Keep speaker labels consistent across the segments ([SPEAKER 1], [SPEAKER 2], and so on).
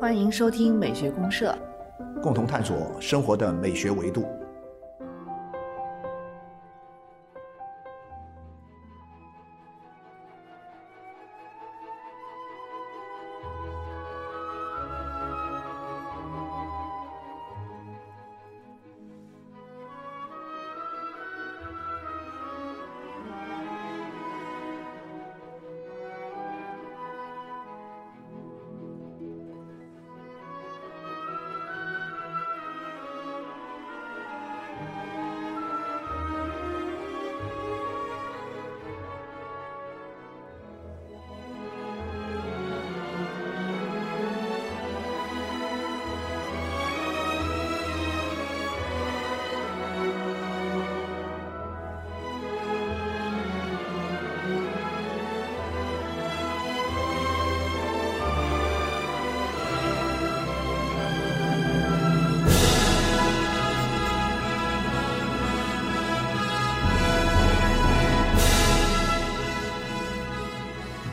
[SPEAKER 1] 欢迎收听美学公社，
[SPEAKER 2] 共同探索生活的美学维度。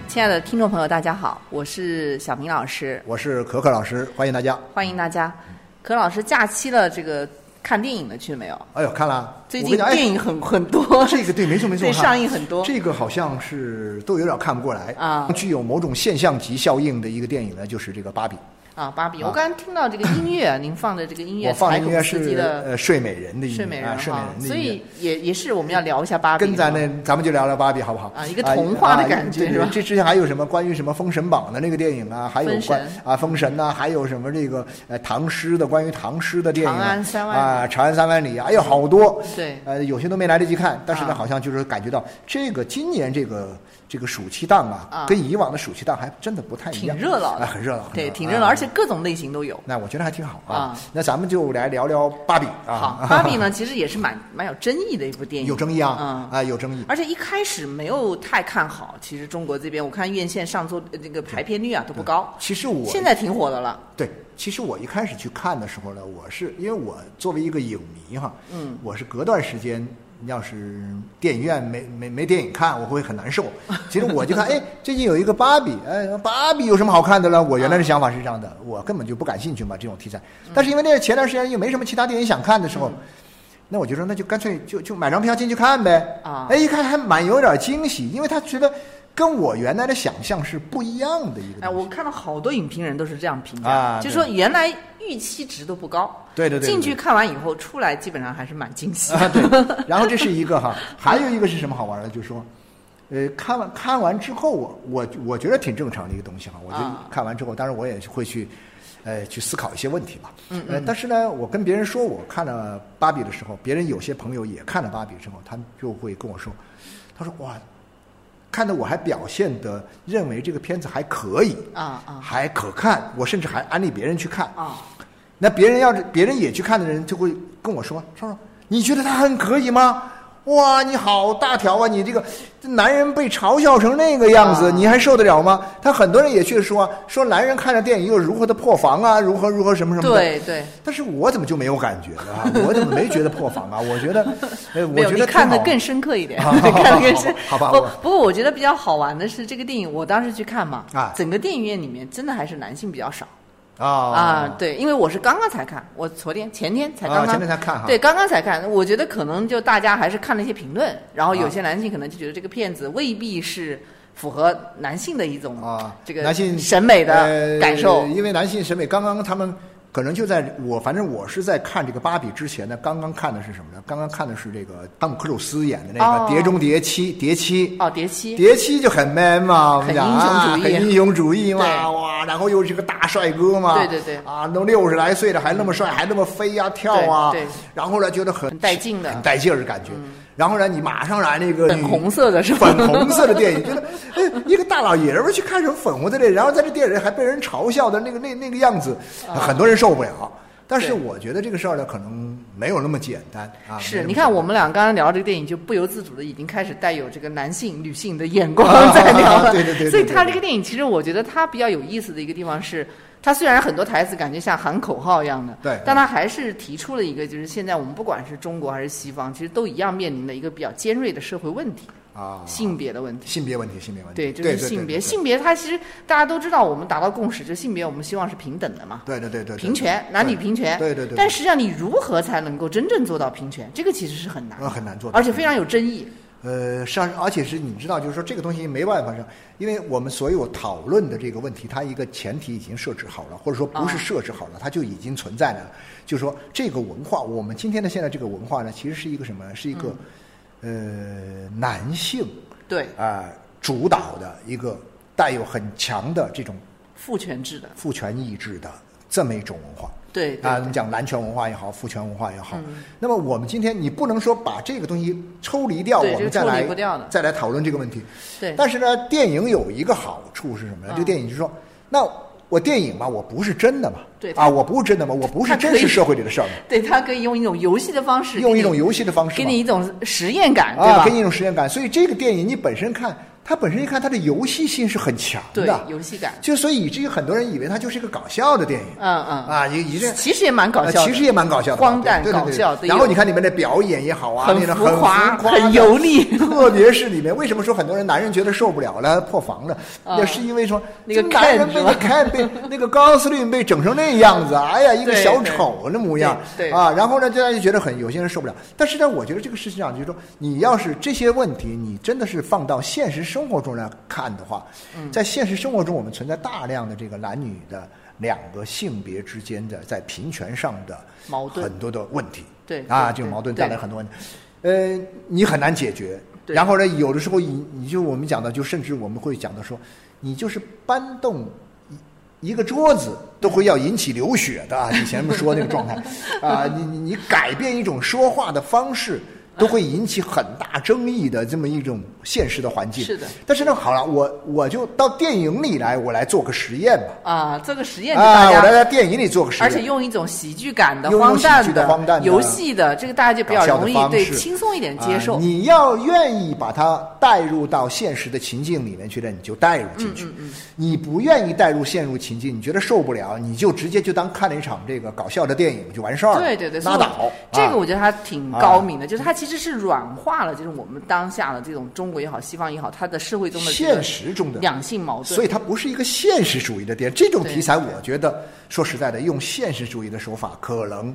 [SPEAKER 1] 亲爱的听众朋友，大家好，我是小明老师，
[SPEAKER 2] 我是可可老师，欢迎大家。
[SPEAKER 1] 欢迎大家。可老师假期了，这个看电影的去没有？
[SPEAKER 2] 哎呦，看了，
[SPEAKER 1] 最
[SPEAKER 2] 我跟
[SPEAKER 1] 近
[SPEAKER 2] 你讲哎
[SPEAKER 1] 电影很很多，
[SPEAKER 2] 这个对，没错没错，
[SPEAKER 1] 对
[SPEAKER 2] 哈
[SPEAKER 1] 上映很多
[SPEAKER 2] 这个好像是都有点看不过来
[SPEAKER 1] 啊
[SPEAKER 2] 具有某种现象级效应的一个电影呢，就是这个《芭比》。
[SPEAKER 1] 啊。芭比，
[SPEAKER 2] 啊
[SPEAKER 1] 我刚才听到这个音 乐，您放的这个音乐，
[SPEAKER 2] 我放的
[SPEAKER 1] 柴
[SPEAKER 2] 应
[SPEAKER 1] 可
[SPEAKER 2] 该
[SPEAKER 1] 夫斯基
[SPEAKER 2] 是
[SPEAKER 1] 的啊
[SPEAKER 2] 呃《睡美人》的音乐，
[SPEAKER 1] 睡美人
[SPEAKER 2] 啊睡美
[SPEAKER 1] 哈，
[SPEAKER 2] 人的
[SPEAKER 1] 所
[SPEAKER 2] 音乐
[SPEAKER 1] 以。也也是我们要聊一下芭比的
[SPEAKER 2] 跟
[SPEAKER 1] 嘛，
[SPEAKER 2] 咱呢，咱们就聊聊芭比好不好？
[SPEAKER 1] 啊一个童话的感觉
[SPEAKER 2] 啊对
[SPEAKER 1] 是吧
[SPEAKER 2] 对这之前还有什么关于什么《封神榜》的那个电影啊，还有
[SPEAKER 1] 封
[SPEAKER 2] 关
[SPEAKER 1] 神
[SPEAKER 2] 啊《封神》呐，还有什么这个呃唐诗的关于唐诗的电影啊，
[SPEAKER 1] 长安三万里
[SPEAKER 2] 啊，《长安三万里》，哎呦，好多。
[SPEAKER 1] 对
[SPEAKER 2] 呃，有些都没来得及看，但是呢，
[SPEAKER 1] 啊
[SPEAKER 2] 好像就是感觉到这个今年这个这个暑期档啊，
[SPEAKER 1] 啊
[SPEAKER 2] 跟以往的暑期档还真的不太一
[SPEAKER 1] 挺
[SPEAKER 2] 样，
[SPEAKER 1] 热闹的，
[SPEAKER 2] 啊，很热闹，很
[SPEAKER 1] 对，挺
[SPEAKER 2] 啊
[SPEAKER 1] 热闹，而且各种类型都有。
[SPEAKER 2] 那我觉得还挺好
[SPEAKER 1] 啊
[SPEAKER 2] 那咱们就来聊聊芭比啊
[SPEAKER 1] 好，，芭比呢，其实也是蛮蛮有争议的一部电影，
[SPEAKER 2] 有争议啊
[SPEAKER 1] 嗯，
[SPEAKER 2] 啊，有争议。
[SPEAKER 1] 而且一开始没有太看好，其实中国这边我看院线上座呃这个排片率啊都不高，
[SPEAKER 2] 其实我
[SPEAKER 1] 现在挺火的了。
[SPEAKER 2] 对，其实我一开始去看的时候呢，我是因为我作为一个影迷哈，
[SPEAKER 1] 嗯，
[SPEAKER 2] 我是隔段时间。要是电影院没没没电影看，我会 很难受。其实我就看，哎，最近有一个芭比，哎，芭比有什么好看的了？我
[SPEAKER 1] 嗯
[SPEAKER 2] 原来的想法是这样的，我根本就不感兴趣嘛，这种题材。但是因为那前段时间又没什么其他电影想看的
[SPEAKER 1] 嗯
[SPEAKER 2] 时候，那我就说那就干脆就就买张票进去看呗。
[SPEAKER 1] 啊
[SPEAKER 2] 哎，一看还蛮有点惊喜，因为他觉得跟我原来的想象是不一样的一个东西。
[SPEAKER 1] 哎，我看到好多影评人都是这样评价，
[SPEAKER 2] 啊
[SPEAKER 1] 就
[SPEAKER 2] 对
[SPEAKER 1] 说原来预期值都不高，
[SPEAKER 2] 对对对对
[SPEAKER 1] 进去看完以后出来基本上还是蛮惊 喜的。
[SPEAKER 2] 啊，对。然后这是一个哈，还有一个是什么好玩的？就是说，呃，看完看完之后，我我我觉得挺正常的一个东西哈。我觉得
[SPEAKER 1] 啊
[SPEAKER 2] 看完之后，当然我也会去，呃，去思考一些问题吧。
[SPEAKER 1] 嗯
[SPEAKER 2] 呃，但是呢，我跟别人说我看了芭比的时候，别人有些朋友也看了芭比之后，他们就会跟我说，他说哇。看的我还表现的认为这个片子还可以
[SPEAKER 1] 啊啊
[SPEAKER 2] 还可看，我甚至还安利别人去看
[SPEAKER 1] 啊，
[SPEAKER 2] 那别人要是别人也去看的人，就会跟我说：“说说，你觉得他很可以吗？哇，你好大条啊！你这个这男人被嘲笑成那个样子，
[SPEAKER 1] 啊
[SPEAKER 2] 你还受得了吗？”他很多人也去说说男人看着电影又如何的破防啊，如何如何什么什么的。
[SPEAKER 1] 对对，
[SPEAKER 2] 但是我怎么就没有感觉呢？啊我怎么没觉得破防啊？我觉得，呃，我
[SPEAKER 1] 没有
[SPEAKER 2] 觉
[SPEAKER 1] 你
[SPEAKER 2] 得
[SPEAKER 1] 看的
[SPEAKER 2] 挺好
[SPEAKER 1] 更深刻一 点，
[SPEAKER 2] 好好好
[SPEAKER 1] 看的更深。
[SPEAKER 2] 好吧
[SPEAKER 1] 不
[SPEAKER 2] 好吧，
[SPEAKER 1] 不过我觉得比较好玩的是这个电影，我当时去看嘛，
[SPEAKER 2] 啊
[SPEAKER 1] 整个电影院里面真的还是男性比较少。
[SPEAKER 2] 啊
[SPEAKER 1] 啊，对，因为我是刚刚才看，我昨天前天才刚
[SPEAKER 2] 啊
[SPEAKER 1] 刚、
[SPEAKER 2] 前天才看哈
[SPEAKER 1] 对，刚刚才看。我觉得可能就大家还是看了一些评论，然后
[SPEAKER 2] 啊
[SPEAKER 1] 有些男性可能就觉得这个片子未必是符合男性的一种
[SPEAKER 2] 啊，
[SPEAKER 1] 这个
[SPEAKER 2] 男性
[SPEAKER 1] 审美的感受
[SPEAKER 2] 呃因为男性审美，刚刚他们可能就在我，反正我是在看这个芭比之前呢，刚刚看的是什么呢？刚刚看的是这个汤姆克鲁斯演的那个
[SPEAKER 1] 哦
[SPEAKER 2] 《碟中谍七》，谍七。
[SPEAKER 1] 哦，谍七
[SPEAKER 2] 谍七就很 man 嘛，我们讲啊，
[SPEAKER 1] 很英雄主义
[SPEAKER 2] 很英雄主义
[SPEAKER 1] 对
[SPEAKER 2] 嘛，哇，然后又是个大帅哥嘛，
[SPEAKER 1] 对对对
[SPEAKER 2] 啊，都六十来岁了还那么帅，还那么飞呀、跳啊，
[SPEAKER 1] 对对
[SPEAKER 2] 然后呢觉得很
[SPEAKER 1] 很带劲的嗯
[SPEAKER 2] 很带劲儿的感觉，然后呢你马上来那个
[SPEAKER 1] 粉
[SPEAKER 2] 女
[SPEAKER 1] 红色 的是吧？
[SPEAKER 2] 粉红色的电影，觉得哎，一个大老爷们儿去看什么粉红色的，然后在这电影里还被人嘲笑的那个那那个样子，很多人受不了。但是
[SPEAKER 1] 啊对
[SPEAKER 2] 我觉得这个事儿呢，可能没有那么简单啊。没
[SPEAKER 1] 是，
[SPEAKER 2] 有那么
[SPEAKER 1] 你
[SPEAKER 2] 简单
[SPEAKER 1] 看我们俩刚刚聊这个电影，就不由自主的已经开始带有这个男性、女性的 眼光在聊了。
[SPEAKER 2] 对对对对
[SPEAKER 1] 所以
[SPEAKER 2] 对
[SPEAKER 1] 他
[SPEAKER 2] 对
[SPEAKER 1] 这个电影，其实我觉得它比较有意思的一个地方是，它虽然很多台词感觉像喊口号一样的，
[SPEAKER 2] 对对
[SPEAKER 1] 但它还是提出了一个，就是现在我们不管是中国还是西方，其实都一样面临的一个比较尖锐的社会问题。
[SPEAKER 2] 啊，
[SPEAKER 1] 性别的问题。
[SPEAKER 2] 性别问题，性别问题，
[SPEAKER 1] 对，
[SPEAKER 2] 对，
[SPEAKER 1] 就是
[SPEAKER 2] 对对
[SPEAKER 1] 性别，
[SPEAKER 2] 对
[SPEAKER 1] 性别它其实大家都知道，我们达到共识，就性别我们希望是平等的嘛，
[SPEAKER 2] 对对对对对
[SPEAKER 1] 平权，男女平权。
[SPEAKER 2] 对对对对
[SPEAKER 1] 但实际上，你如何才能够真正做到平权？这个其实是 很难
[SPEAKER 2] 呃，，很难做到，
[SPEAKER 1] 而且非常有争议。
[SPEAKER 2] 呃，是啊，而且是你知道，就是说这个东西没办法上，因为我们所有讨论的这个问题，它一个前提已经设置好了，或者说不是
[SPEAKER 1] 啊
[SPEAKER 2] 设置好了，它就已经存在了。就是说这个文化，我们今天的现在这个文化呢，其实是一个什么？是一个、呃男性
[SPEAKER 1] 对，
[SPEAKER 2] 啊、主导的一个带有很强的这种
[SPEAKER 1] 父权制的，
[SPEAKER 2] 父权意志的这么一种文化。
[SPEAKER 1] 对对
[SPEAKER 2] 啊，我
[SPEAKER 1] 对
[SPEAKER 2] 们讲男权文化也好，父权文化也好。
[SPEAKER 1] 嗯
[SPEAKER 2] 那么我们今天你不能说把这个东西抽离掉，
[SPEAKER 1] 对
[SPEAKER 2] 我
[SPEAKER 1] 这
[SPEAKER 2] 们
[SPEAKER 1] 个
[SPEAKER 2] 再
[SPEAKER 1] 抽离
[SPEAKER 2] 来
[SPEAKER 1] 不掉的
[SPEAKER 2] 再来讨论这个问题。
[SPEAKER 1] 对
[SPEAKER 2] 但是呢，电影有一个好处是什么呢？这
[SPEAKER 1] 嗯
[SPEAKER 2] 电影就是说，那我电影嘛，我不是真的嘛，
[SPEAKER 1] 对
[SPEAKER 2] 啊，我不是真的嘛，我不是
[SPEAKER 1] 它可
[SPEAKER 2] 真
[SPEAKER 1] 以
[SPEAKER 2] 实社会里的事儿嘛，
[SPEAKER 1] 对，它可以用一种游戏的方式，
[SPEAKER 2] 用一种游戏的方式
[SPEAKER 1] 给
[SPEAKER 2] 嘛
[SPEAKER 1] 你一种实验感，对
[SPEAKER 2] 啊，
[SPEAKER 1] 吧？
[SPEAKER 2] 给你一种实验感。所以这个电影你本身看，它本身一看它的游戏性是很强
[SPEAKER 1] 对
[SPEAKER 2] 的，
[SPEAKER 1] 游戏感，
[SPEAKER 2] 就所以以至于很多人以为它就是一个搞笑的电影。
[SPEAKER 1] 嗯嗯，
[SPEAKER 2] 啊，以以这
[SPEAKER 1] 其实也蛮搞
[SPEAKER 2] 呃
[SPEAKER 1] 笑的，
[SPEAKER 2] 其实也蛮搞笑的，
[SPEAKER 1] 荒诞
[SPEAKER 2] 对对对
[SPEAKER 1] 搞笑
[SPEAKER 2] 对
[SPEAKER 1] 对
[SPEAKER 2] 然后
[SPEAKER 1] 有
[SPEAKER 2] 你看里面的表演也好啊，
[SPEAKER 1] 很
[SPEAKER 2] 那种
[SPEAKER 1] 浮
[SPEAKER 2] 很
[SPEAKER 1] 夸
[SPEAKER 2] 浮夸
[SPEAKER 1] 很
[SPEAKER 2] 的
[SPEAKER 1] 油腻
[SPEAKER 2] 特别是里面为什么说很多人男人觉得受不了了破防了，
[SPEAKER 1] 嗯
[SPEAKER 2] 也是因为说
[SPEAKER 1] 那个
[SPEAKER 2] 这男
[SPEAKER 1] Ken
[SPEAKER 2] 人被
[SPEAKER 1] 是
[SPEAKER 2] 那
[SPEAKER 1] 吧
[SPEAKER 2] Ken 被那个高司令被整成那样子，哎呀，一个
[SPEAKER 1] 对
[SPEAKER 2] 小
[SPEAKER 1] 对
[SPEAKER 2] 丑那模样，
[SPEAKER 1] 对对
[SPEAKER 2] 啊，然后呢，大家就觉得很有些人受不了。但是呢，我觉得这个事情上就是说，你要是这些问题，你真的是放到现实生活中来看的话，
[SPEAKER 1] 嗯
[SPEAKER 2] 在现实生活中我们存在大量的这个男女的两个性别之间的在平权上的
[SPEAKER 1] 矛盾
[SPEAKER 2] 很多的问题，
[SPEAKER 1] 对
[SPEAKER 2] 啊，
[SPEAKER 1] 对
[SPEAKER 2] 这种
[SPEAKER 1] 对
[SPEAKER 2] 矛盾
[SPEAKER 1] 对
[SPEAKER 2] 带来很多问题，呃，你很难解决。
[SPEAKER 1] 对
[SPEAKER 2] 然后呢，有的时候你你就我们讲的，就甚至我们会讲的说，你就是搬动一个桌子都会要引起流血的 啊！以前我们说那个状态啊，你你你改变一种说话的方式，都会引起很大争议的这么一种现实的环境。
[SPEAKER 1] 是的。
[SPEAKER 2] 但是呢，好了，我我就到电影里来，我来做个实验吧。
[SPEAKER 1] 啊，这个实验给
[SPEAKER 2] 啊，
[SPEAKER 1] 大
[SPEAKER 2] 我
[SPEAKER 1] 家
[SPEAKER 2] 来在电影里做个实验。
[SPEAKER 1] 而且用一种喜剧感的、
[SPEAKER 2] 用一种
[SPEAKER 1] 荒诞
[SPEAKER 2] 喜剧的荒诞的
[SPEAKER 1] 游戏的，这个大家就比
[SPEAKER 2] 搞
[SPEAKER 1] 较
[SPEAKER 2] 笑的
[SPEAKER 1] 容易
[SPEAKER 2] 方
[SPEAKER 1] 对
[SPEAKER 2] 式
[SPEAKER 1] 轻松一点接受。
[SPEAKER 2] 啊你要愿意把它带入到现实的情境里面去的，你就带入进去；
[SPEAKER 1] 嗯
[SPEAKER 2] 你不愿意带入陷入情境，你觉得受不了，你就直接就当看了一场这个搞笑的电影就完事儿了，
[SPEAKER 1] 对对对，所以我
[SPEAKER 2] 拉倒。
[SPEAKER 1] 这
[SPEAKER 2] 啊
[SPEAKER 1] 个我觉得它挺高明的，就是它其实是软化了，就是我们当下的这种中国也好、西方也好，它的社会中的这个
[SPEAKER 2] 现实中的
[SPEAKER 1] 两性矛盾。
[SPEAKER 2] 所以它不是一个现实主义的电影。这种
[SPEAKER 1] 对
[SPEAKER 2] 题材，我觉得说实在的，用现实主义的手法可能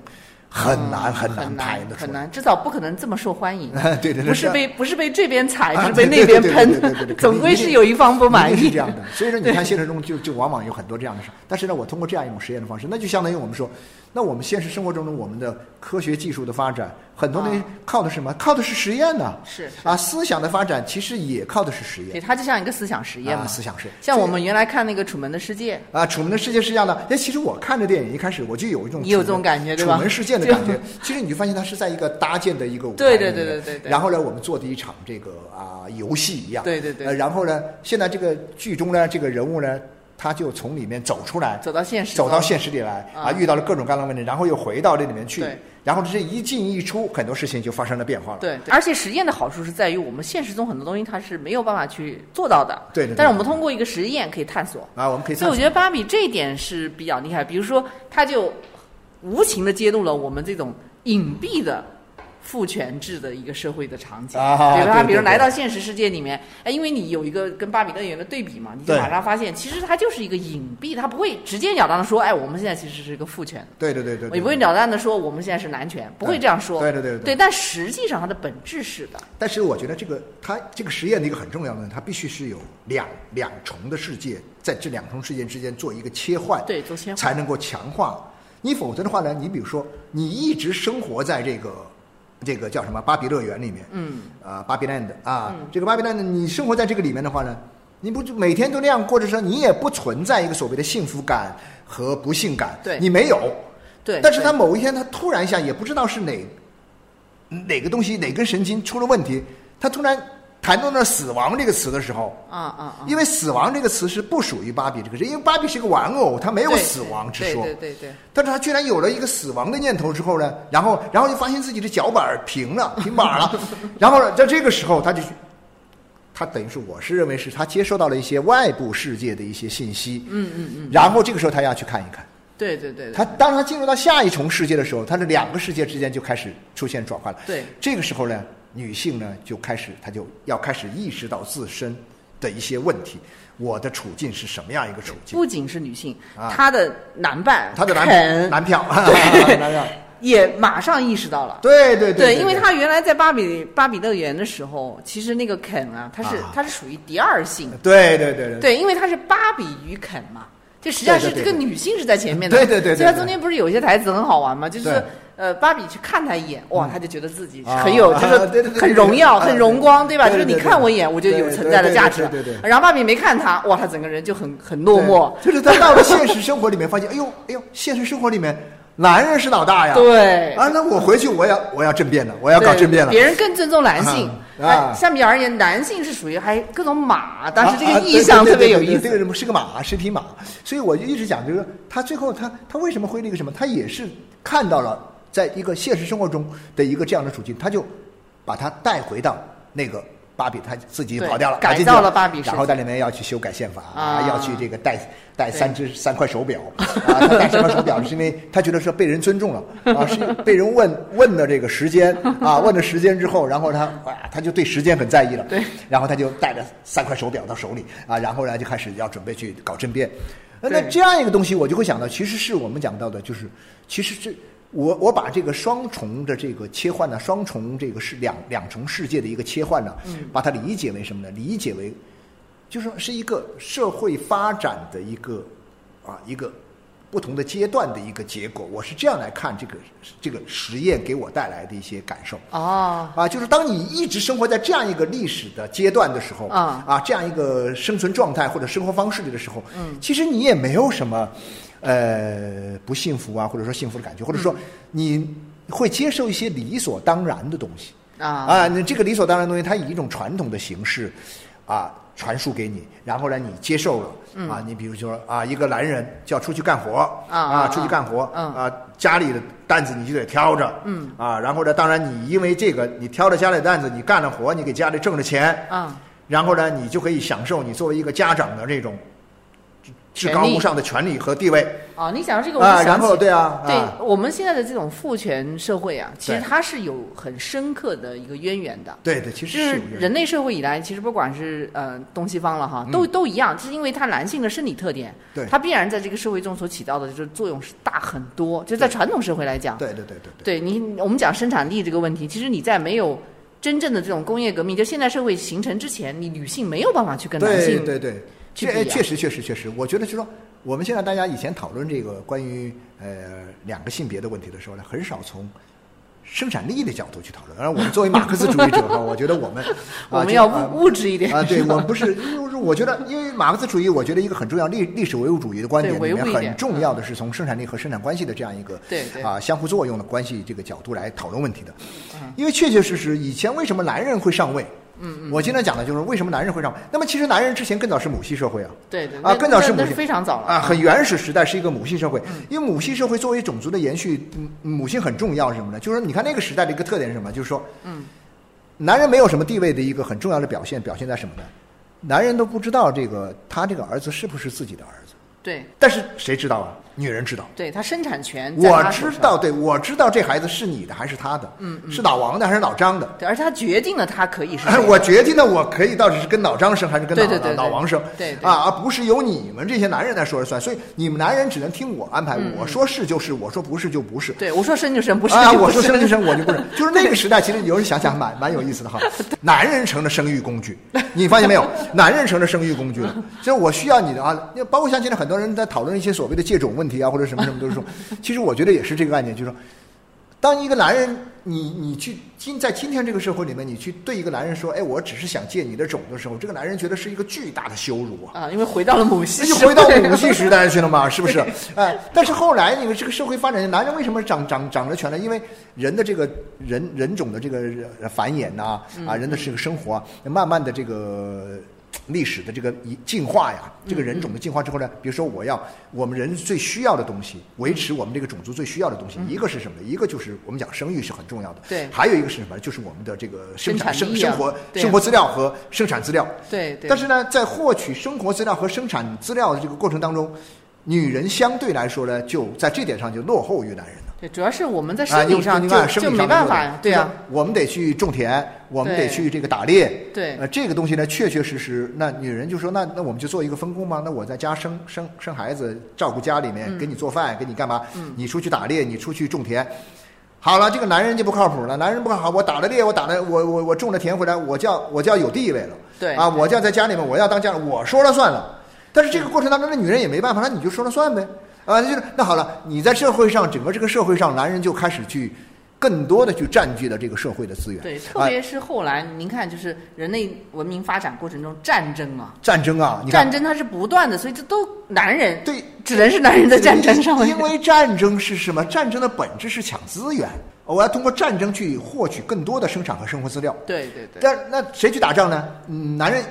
[SPEAKER 2] 很难、很
[SPEAKER 1] 嗯很
[SPEAKER 2] 拍
[SPEAKER 1] 难
[SPEAKER 2] 得出
[SPEAKER 1] 很
[SPEAKER 2] 来。。
[SPEAKER 1] 难，至少不可能这么受欢迎
[SPEAKER 2] 对对对
[SPEAKER 1] 不是
[SPEAKER 2] 是
[SPEAKER 1] 被不是被这边踩，
[SPEAKER 2] 啊
[SPEAKER 1] 是被
[SPEAKER 2] 对
[SPEAKER 1] 那
[SPEAKER 2] 对
[SPEAKER 1] 边
[SPEAKER 2] 对对对对对
[SPEAKER 1] 喷，总归是有一方不满
[SPEAKER 2] 一定
[SPEAKER 1] 意
[SPEAKER 2] 是这。样的。所以说，你看现实中就就往往有很多这样的事儿。但是呢，我通过这样一种实验的方式，那就相当于我们说，那我们现实生活中的我们的科学技术的发展，很多东西
[SPEAKER 1] 啊
[SPEAKER 2] 靠的是什么？靠的是实验呐。
[SPEAKER 1] 是是
[SPEAKER 2] 啊，思想的发展其实也靠的是实
[SPEAKER 1] 对，
[SPEAKER 2] 验。
[SPEAKER 1] 它就像一个思想实验嘛，
[SPEAKER 2] 啊思想实验
[SPEAKER 1] 像
[SPEAKER 2] 所以
[SPEAKER 1] 我们原来看那个《楚门的世界》，
[SPEAKER 2] 啊，《楚门的世界》是这样的。哎，其实我看这电影一开始我就有一种
[SPEAKER 1] 你有
[SPEAKER 2] 楚门
[SPEAKER 1] 这种感觉对吧
[SPEAKER 2] 楚门事件的
[SPEAKER 1] 就
[SPEAKER 2] 感觉。其实你就发现它是在一个搭建的一个舞台
[SPEAKER 1] 对
[SPEAKER 2] 里面，
[SPEAKER 1] 对对对对对
[SPEAKER 2] 然后呢，我们做的一场这个啊、游戏一样。
[SPEAKER 1] 对对对
[SPEAKER 2] 呃然后呢，现在这个剧中呢，这个人物呢，他就从里面走出来，
[SPEAKER 1] 走到现实中，
[SPEAKER 2] 走到现实里来啊，
[SPEAKER 1] 啊
[SPEAKER 2] 遇到了各种各样的问题，然后又回到这里面去
[SPEAKER 1] 对。
[SPEAKER 2] 然后这一进一出，很多事情就发生了变化了。
[SPEAKER 1] 对，而且实验的好处是在于我们现实中很多东西它是没有办法去做到的。
[SPEAKER 2] 对对对
[SPEAKER 1] 但是我们通过一个实验可以探索，
[SPEAKER 2] 啊，我们可以
[SPEAKER 1] 所以
[SPEAKER 2] 探
[SPEAKER 1] 我
[SPEAKER 2] 索
[SPEAKER 1] 觉得芭比这一点是比较厉害。比如说，他就无情的揭露了我们这种隐蔽的。父权制的一个社会的场景，
[SPEAKER 2] 啊
[SPEAKER 1] 比如说
[SPEAKER 2] 对
[SPEAKER 1] 他，
[SPEAKER 2] 对
[SPEAKER 1] 比如
[SPEAKER 2] 对
[SPEAKER 1] 来到现实世界里面，哎，因为你有一个跟巴比乐园的对比嘛，你就
[SPEAKER 2] 对
[SPEAKER 1] 马上发现，其实它就是一个隐蔽，它不会直截了当的说，哎，我们现在其实是一个父权，
[SPEAKER 2] 对对对对，对
[SPEAKER 1] 也不会了当的说我们现在是男权，不会这样说，
[SPEAKER 2] 对对对对对
[SPEAKER 1] 对，但实际上它的本质是的，
[SPEAKER 2] 但是我觉得这个它这个实验的一个很重要的，它必须是有两两重的世界，在这两重世界之间做一个切换，
[SPEAKER 1] 对做切换
[SPEAKER 2] 才能够强化。你否则的话呢，你比如说你一直生活在这个这个叫什么巴比乐园里面，
[SPEAKER 1] 嗯，
[SPEAKER 2] 啊巴比 land 啊，这个巴比 land 你生活在这个里面的话呢，你不就每天都那样过着说，你也不存在一个所谓的幸福感和不幸感，
[SPEAKER 1] 对
[SPEAKER 2] 你没有，
[SPEAKER 1] 对。
[SPEAKER 2] 但是他
[SPEAKER 1] 对
[SPEAKER 2] 某一天，他突然一下，也不知道是哪哪个东西哪根神经出了问题，他突然谈到那“死亡”这个词的时候，
[SPEAKER 1] 啊啊啊，
[SPEAKER 2] 因为“死亡”这个词是不属于芭比这个人，因为芭比是个玩偶，他没有
[SPEAKER 1] 对
[SPEAKER 2] 死亡之说。
[SPEAKER 1] 对对对对，
[SPEAKER 2] 但是他居然有了一个死亡的念头之后呢，然后然后就发现自己的脚板儿平 了，平板儿了，然后呢，在这个时候他就，他等于是我是认为是他接收到了一些外部世界的一些信息，嗯嗯嗯，然后这个时候他要去看一看。
[SPEAKER 1] 对对对对，
[SPEAKER 2] 他当他进入到下一重世界的时候，他的两个世界之间就开始出现转换了。
[SPEAKER 1] 对
[SPEAKER 2] 这个时候呢，女性呢就开始，她就要开始意识到自身的一些问题，我的处境是什么样一个处境？
[SPEAKER 1] 不仅是女性，
[SPEAKER 2] 啊
[SPEAKER 1] 她的男伴
[SPEAKER 2] 她的男
[SPEAKER 1] 肯
[SPEAKER 2] 男票，
[SPEAKER 1] 对
[SPEAKER 2] 男票，
[SPEAKER 1] 也马上意识到了。
[SPEAKER 2] 对对对，
[SPEAKER 1] 因为
[SPEAKER 2] 对
[SPEAKER 1] 他原来在芭比芭比乐园的时候，其实那个肯啊，他是
[SPEAKER 2] 啊
[SPEAKER 1] 他是属于第二性，
[SPEAKER 2] 对对对对
[SPEAKER 1] 对，因为他是芭比与肯嘛，就实际上是
[SPEAKER 2] 对对
[SPEAKER 1] 这
[SPEAKER 2] 对
[SPEAKER 1] 个女性是在前面的，
[SPEAKER 2] 对对对对
[SPEAKER 1] 所以他
[SPEAKER 2] 对
[SPEAKER 1] 中间不是有一些台词很好玩嘛，就是
[SPEAKER 2] 对嗯
[SPEAKER 1] 说呃，芭比去看他一眼，哇，他就觉得自己
[SPEAKER 2] 啊
[SPEAKER 1] 很有，就
[SPEAKER 2] 啊对
[SPEAKER 1] 是
[SPEAKER 2] 对对
[SPEAKER 1] 很
[SPEAKER 2] 对
[SPEAKER 1] 荣
[SPEAKER 2] 对
[SPEAKER 1] 耀、
[SPEAKER 2] 啊
[SPEAKER 1] 很荣光，
[SPEAKER 2] 对
[SPEAKER 1] 吧？就
[SPEAKER 2] 对
[SPEAKER 1] 是你
[SPEAKER 2] 对对
[SPEAKER 1] 看我一眼，我就有
[SPEAKER 2] 对
[SPEAKER 1] 存
[SPEAKER 2] 对
[SPEAKER 1] 在的
[SPEAKER 2] 对
[SPEAKER 1] 价
[SPEAKER 2] 对
[SPEAKER 1] 值
[SPEAKER 2] 对对。对
[SPEAKER 1] 然后芭比没看他，哇，他整个人就很很落
[SPEAKER 2] 对
[SPEAKER 1] 寞。
[SPEAKER 2] 就是他到了现实生活里面，发现，哎呦，哎呦，现实生活里面，男人是老大呀。
[SPEAKER 1] 对
[SPEAKER 2] 啊，那我回去我要我要政变了，我要搞
[SPEAKER 1] 对
[SPEAKER 2] 政变了。
[SPEAKER 1] 别人更尊重男性。
[SPEAKER 2] 啊啊
[SPEAKER 1] 哎相比而言，男性是属于还各种马，但是这
[SPEAKER 2] 啊
[SPEAKER 1] 个
[SPEAKER 2] 啊
[SPEAKER 1] 意象
[SPEAKER 2] 对
[SPEAKER 1] 特别
[SPEAKER 2] 对对
[SPEAKER 1] 有
[SPEAKER 2] 对
[SPEAKER 1] 意
[SPEAKER 2] 对这个
[SPEAKER 1] 思。
[SPEAKER 2] 人是个马，是匹马，所以我就一直讲，就是说他最后他他为什么会那个什么？他也是看到了在一个现实生活中的一个这样的处境，他就把他带回到那个芭比，他自己
[SPEAKER 1] 对
[SPEAKER 2] 跑掉了，
[SPEAKER 1] 改
[SPEAKER 2] 他进去
[SPEAKER 1] 造了芭比世界
[SPEAKER 2] 然后在里面要去修改宪法，
[SPEAKER 1] 啊
[SPEAKER 2] 要去这个戴戴三只三块手表啊，他戴三块手表是因为他觉得说被人尊重了啊，是被人问问了这个时间啊，问了时间之后，然后他哇，他就对时间很在意了，
[SPEAKER 1] 对，
[SPEAKER 2] 然后他就带着三块手表到手里啊，然后呢就开始要准备去搞政变。那那
[SPEAKER 1] 对
[SPEAKER 2] 这样一个东西，我就会想到，其实是我们讲到的，就是其实这我我把这个双重的这个切换呢，双重这个是两两重世界的一个切换呢，
[SPEAKER 1] 嗯
[SPEAKER 2] 把它理解为什么呢？理解为就是说是一个社会发展的一个啊一个不同的阶段的一个结果。我是这样来看这个这个实验给我带来的一些感受。
[SPEAKER 1] 哦，
[SPEAKER 2] 啊，就是当你一直生活在这样一个历史的阶段的时候，
[SPEAKER 1] 啊
[SPEAKER 2] 这样一个生存状态或者生活方式里的时候，嗯，其实你也没有什么，呃，不幸福啊，或者说幸福的感觉，或者说你会接受一些理所当然的东西
[SPEAKER 1] 啊
[SPEAKER 2] 啊，那这个理所当然的东西，它以一种传统的形式啊传输给你，然后呢，你接受了、啊，你比如说啊，一个男人就要出去干活
[SPEAKER 1] 嗯啊啊
[SPEAKER 2] 出去干活
[SPEAKER 1] 嗯
[SPEAKER 2] 啊，家里的担子你就得挑着，嗯，啊，然后呢，当然你因为这个，你挑着家里的担子，你干了活，你给家里挣了钱，
[SPEAKER 1] 啊，
[SPEAKER 2] 然后呢，你就可以享受你作为一个家长的这种至
[SPEAKER 1] 权
[SPEAKER 2] 高
[SPEAKER 1] 利
[SPEAKER 2] 无上的权利和地位
[SPEAKER 1] 哦，你讲到这个，我就
[SPEAKER 2] 啊，
[SPEAKER 1] 想
[SPEAKER 2] 然后
[SPEAKER 1] 起
[SPEAKER 2] 对啊，
[SPEAKER 1] 对
[SPEAKER 2] 啊
[SPEAKER 1] 我们现在的这种父权社会啊，其实
[SPEAKER 2] 对
[SPEAKER 1] 它是有很深刻的一个渊源的。
[SPEAKER 2] 对对，其实
[SPEAKER 1] 就是是
[SPEAKER 2] 有
[SPEAKER 1] 人类社会以来，其实不管是呃东西方了哈，都都一样，就是因为它男性的生理特点，
[SPEAKER 2] 嗯对
[SPEAKER 1] 它必然在这个社会中所起到的就是作用是大很多。就在传统社会来讲，
[SPEAKER 2] 对对对对
[SPEAKER 1] 对
[SPEAKER 2] 对
[SPEAKER 1] 你，我们讲生产力这个问题，其实你在没有真正的这种工业革命，就现代社会形成之前，你女性没有办法去跟男
[SPEAKER 2] 对
[SPEAKER 1] 性
[SPEAKER 2] 对对，
[SPEAKER 1] 去
[SPEAKER 2] 这哎
[SPEAKER 1] 比啊
[SPEAKER 2] 确实确实确实，我觉得就说我们现在大家以前讨论这个关于呃两个性别的问题的时候呢，很少从。生产力的角度去讨论，当然我们作为马克思主义者哈，我觉得我们，啊
[SPEAKER 1] 我们
[SPEAKER 2] 就
[SPEAKER 1] 要
[SPEAKER 2] 啊
[SPEAKER 1] 物物质一点
[SPEAKER 2] 啊，对我们不是，因为我觉得，因为马克思主义，我觉得一个很重要历历史唯物主义的观点
[SPEAKER 1] 对
[SPEAKER 2] 里
[SPEAKER 1] 唯物
[SPEAKER 2] 面
[SPEAKER 1] 一点嗯
[SPEAKER 2] 很重要的是从生产力和生产关系的这样一个
[SPEAKER 1] 对对
[SPEAKER 2] 啊相互作用的关系这个角度来讨论问题的，
[SPEAKER 1] 嗯
[SPEAKER 2] 因为确确实实以前为什么男人会上位？嗯嗯，我经常讲的就是为什么男人会上位。那么其实男人之前更早是母系社会啊，
[SPEAKER 1] 对对
[SPEAKER 2] 啊，
[SPEAKER 1] 那
[SPEAKER 2] 更早是
[SPEAKER 1] 那
[SPEAKER 2] 母
[SPEAKER 1] 那
[SPEAKER 2] 系
[SPEAKER 1] 是非常早了
[SPEAKER 2] 啊，很原始时代是一个母系社会，因为母系社会作为种族的延续，嗯母性很重要是什么呢？就是说你看那个时代的一个特点是什么？就是说，嗯，男人没有什么地位的一个很重要的表现，表现在什么呢？男人都不知道这个他这个儿子是不是自己的儿子，
[SPEAKER 1] 对
[SPEAKER 2] 但是谁知道啊？女人知道。
[SPEAKER 1] 对，它生产权在
[SPEAKER 2] 我
[SPEAKER 1] 她手
[SPEAKER 2] 知
[SPEAKER 1] 上
[SPEAKER 2] 道，，对我知道这孩子是你的还是他的，嗯，是老王的还是老张的，
[SPEAKER 1] 对，而且它决定了它可以是
[SPEAKER 2] 哎，
[SPEAKER 1] 谁
[SPEAKER 2] 我决定了，我可以到底是跟老张生还是跟老
[SPEAKER 1] 对对对对
[SPEAKER 2] 老王生，
[SPEAKER 1] 对对
[SPEAKER 2] 啊，而不是由你们这些男人来说了算，所以你们男人只能听我安排，
[SPEAKER 1] 嗯
[SPEAKER 2] 我说是就是，我说不是就不是。
[SPEAKER 1] 对我说生就生，不是
[SPEAKER 2] 啊，
[SPEAKER 1] 就不
[SPEAKER 2] 我说
[SPEAKER 1] 是
[SPEAKER 2] 生就生，我就不生。就是那个时代，其实有人想想蛮蛮有意思的哈。男人成了生育工具，你发 现没有？男人成了生育工具了。就是我需要你的啊，包括像现在很多人在讨论一些所谓的借种问题啊，或者什么什么都 是说，其实我觉得也是这个概念，就是说，当一个男人，你你去今在今天这个社会里面，你去对一个男人说，哎，我只是想借你的种的时候，这个男人觉得是一个巨大的羞辱啊。
[SPEAKER 1] 啊，因为回到了母系
[SPEAKER 2] 那就
[SPEAKER 1] 社
[SPEAKER 2] 回
[SPEAKER 1] 会，
[SPEAKER 2] 到母系时代去了嘛，是 不是？哎，但是后来你们这个社会发展，男人为什么掌掌掌着权呢？因为人的这个人人种的这个呃繁衍呐、啊，
[SPEAKER 1] 嗯
[SPEAKER 2] 人的这个生活啊，慢慢的这个呃历史的这个一进化呀，这个人
[SPEAKER 1] 嗯
[SPEAKER 2] 种的进化之后呢，比如说我要我们人最需要的东西，维持我们这个种族最需要的东西，一个是什么呢？一个就是我们讲生育是很重要的，
[SPEAKER 1] 嗯对
[SPEAKER 2] 还有一个是什么呢？就是我们的这个生产
[SPEAKER 1] 生产
[SPEAKER 2] 生
[SPEAKER 1] 力啊
[SPEAKER 2] 生活
[SPEAKER 1] 对啊
[SPEAKER 2] 生活资料和生产资料，
[SPEAKER 1] 对对，
[SPEAKER 2] 但是呢，在获取生活资料和生产资料的这个过程当中，女人相对来说呢，就在这点上就落后于男人了。
[SPEAKER 1] 对，主要是我们在
[SPEAKER 2] 啊，
[SPEAKER 1] 生
[SPEAKER 2] 你
[SPEAKER 1] 理上
[SPEAKER 2] 你
[SPEAKER 1] 就、
[SPEAKER 2] 看生
[SPEAKER 1] 就
[SPEAKER 2] 理
[SPEAKER 1] 没
[SPEAKER 2] 上
[SPEAKER 1] 办
[SPEAKER 2] 的
[SPEAKER 1] 法呀，对呀、啊
[SPEAKER 2] 就是我们得去种田，我们得
[SPEAKER 1] 对
[SPEAKER 2] 去这个打猎，
[SPEAKER 1] 对
[SPEAKER 2] 呃，这个东西呢，确确实实，那女人就说，那那我们就做一个分工嘛，那我在家生生生孩子，照顾家里
[SPEAKER 1] 嗯
[SPEAKER 2] 面，给你做饭，给你干嘛？你出去打猎，你出去种田。好了，这个男人就不靠谱了，男人不靠好，我打了猎，我打了，我我我种了田回来，我叫我叫有地位了，
[SPEAKER 1] 对
[SPEAKER 2] 啊，我叫在家里面，我要当家，我说了算了。但是这个
[SPEAKER 1] 嗯
[SPEAKER 2] 过程当中，那女人也没办法，那你就说了算呗，啊，那就是那好了，你在社会上，整个这个社会上，男人就开始去更多的去占据了这个社会的资源，
[SPEAKER 1] 对，特
[SPEAKER 2] 啊
[SPEAKER 1] 别是后来您看，就是人类文明发展过程中战争啊，
[SPEAKER 2] 战争啊，你看
[SPEAKER 1] 战争它是不断的，所以这都男人
[SPEAKER 2] 对
[SPEAKER 1] 只能是男人在战争上面
[SPEAKER 2] 因为战争是什么？战争的本质是抢资源，我要通过战争去获取更多的生产和生活资料。
[SPEAKER 1] 对对对，
[SPEAKER 2] 但那谁去打仗呢？嗯，男人，